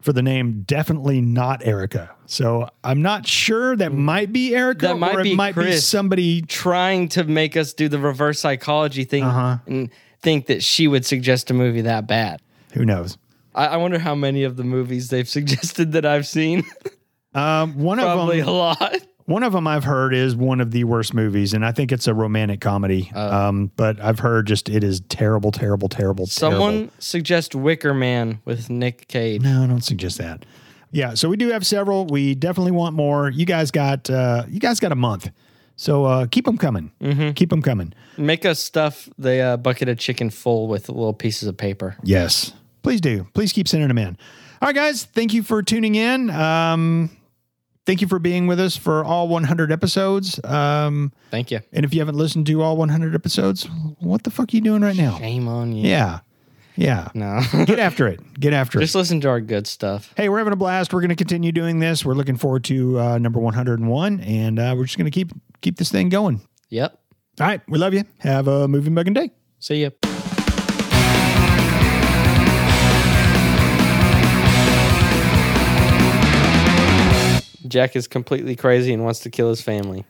Speaker 2: for the name definitely not Erica. So I'm not sure that might be Erica
Speaker 1: Mm. That might
Speaker 2: or it
Speaker 1: be
Speaker 2: might be
Speaker 1: Chris.
Speaker 2: somebody
Speaker 1: trying to make us do the reverse psychology thing and think that she would suggest a movie that bad.
Speaker 2: who knows.
Speaker 1: I, I wonder how many of the movies they've suggested that I've seen.
Speaker 2: Um, one of
Speaker 1: Probably
Speaker 2: them
Speaker 1: a lot.
Speaker 2: One of them I've heard is one of the worst movies, and I think it's a romantic comedy.
Speaker 1: Uh.
Speaker 2: um, but I've heard just it is terrible, terrible, terrible.
Speaker 1: Someone
Speaker 2: terrible.
Speaker 1: suggest Wicker Man with Nick Cage.
Speaker 2: No, I don't suggest that. Yeah, so we do have several. We definitely want more. You guys got uh, you guys got a month, so uh, keep them coming.
Speaker 1: Mm-hmm.
Speaker 2: Keep them coming.
Speaker 1: Make us stuff the uh, bucket of chicken full with little pieces of paper.
Speaker 2: Yes, please do. Please keep sending them in. All right, guys, thank you for tuning in. Um, thank you for being with us for all 100 episodes. Um,
Speaker 1: Thank you.
Speaker 2: and if you haven't listened to all 100 episodes, what the fuck are you doing right now?
Speaker 1: Shame on you.
Speaker 2: Yeah. Yeah.
Speaker 1: No.
Speaker 2: Get after it. Get after it.
Speaker 1: Just listen to our good stuff.
Speaker 2: Hey, we're having a blast. We're going to continue doing this. We're looking forward to uh, number 101, and uh, we're just going to keep keep this thing going.
Speaker 1: Yep.
Speaker 2: All right. We love you. Have a movie mugging day.
Speaker 1: See ya. Jack is completely crazy and wants to kill his family.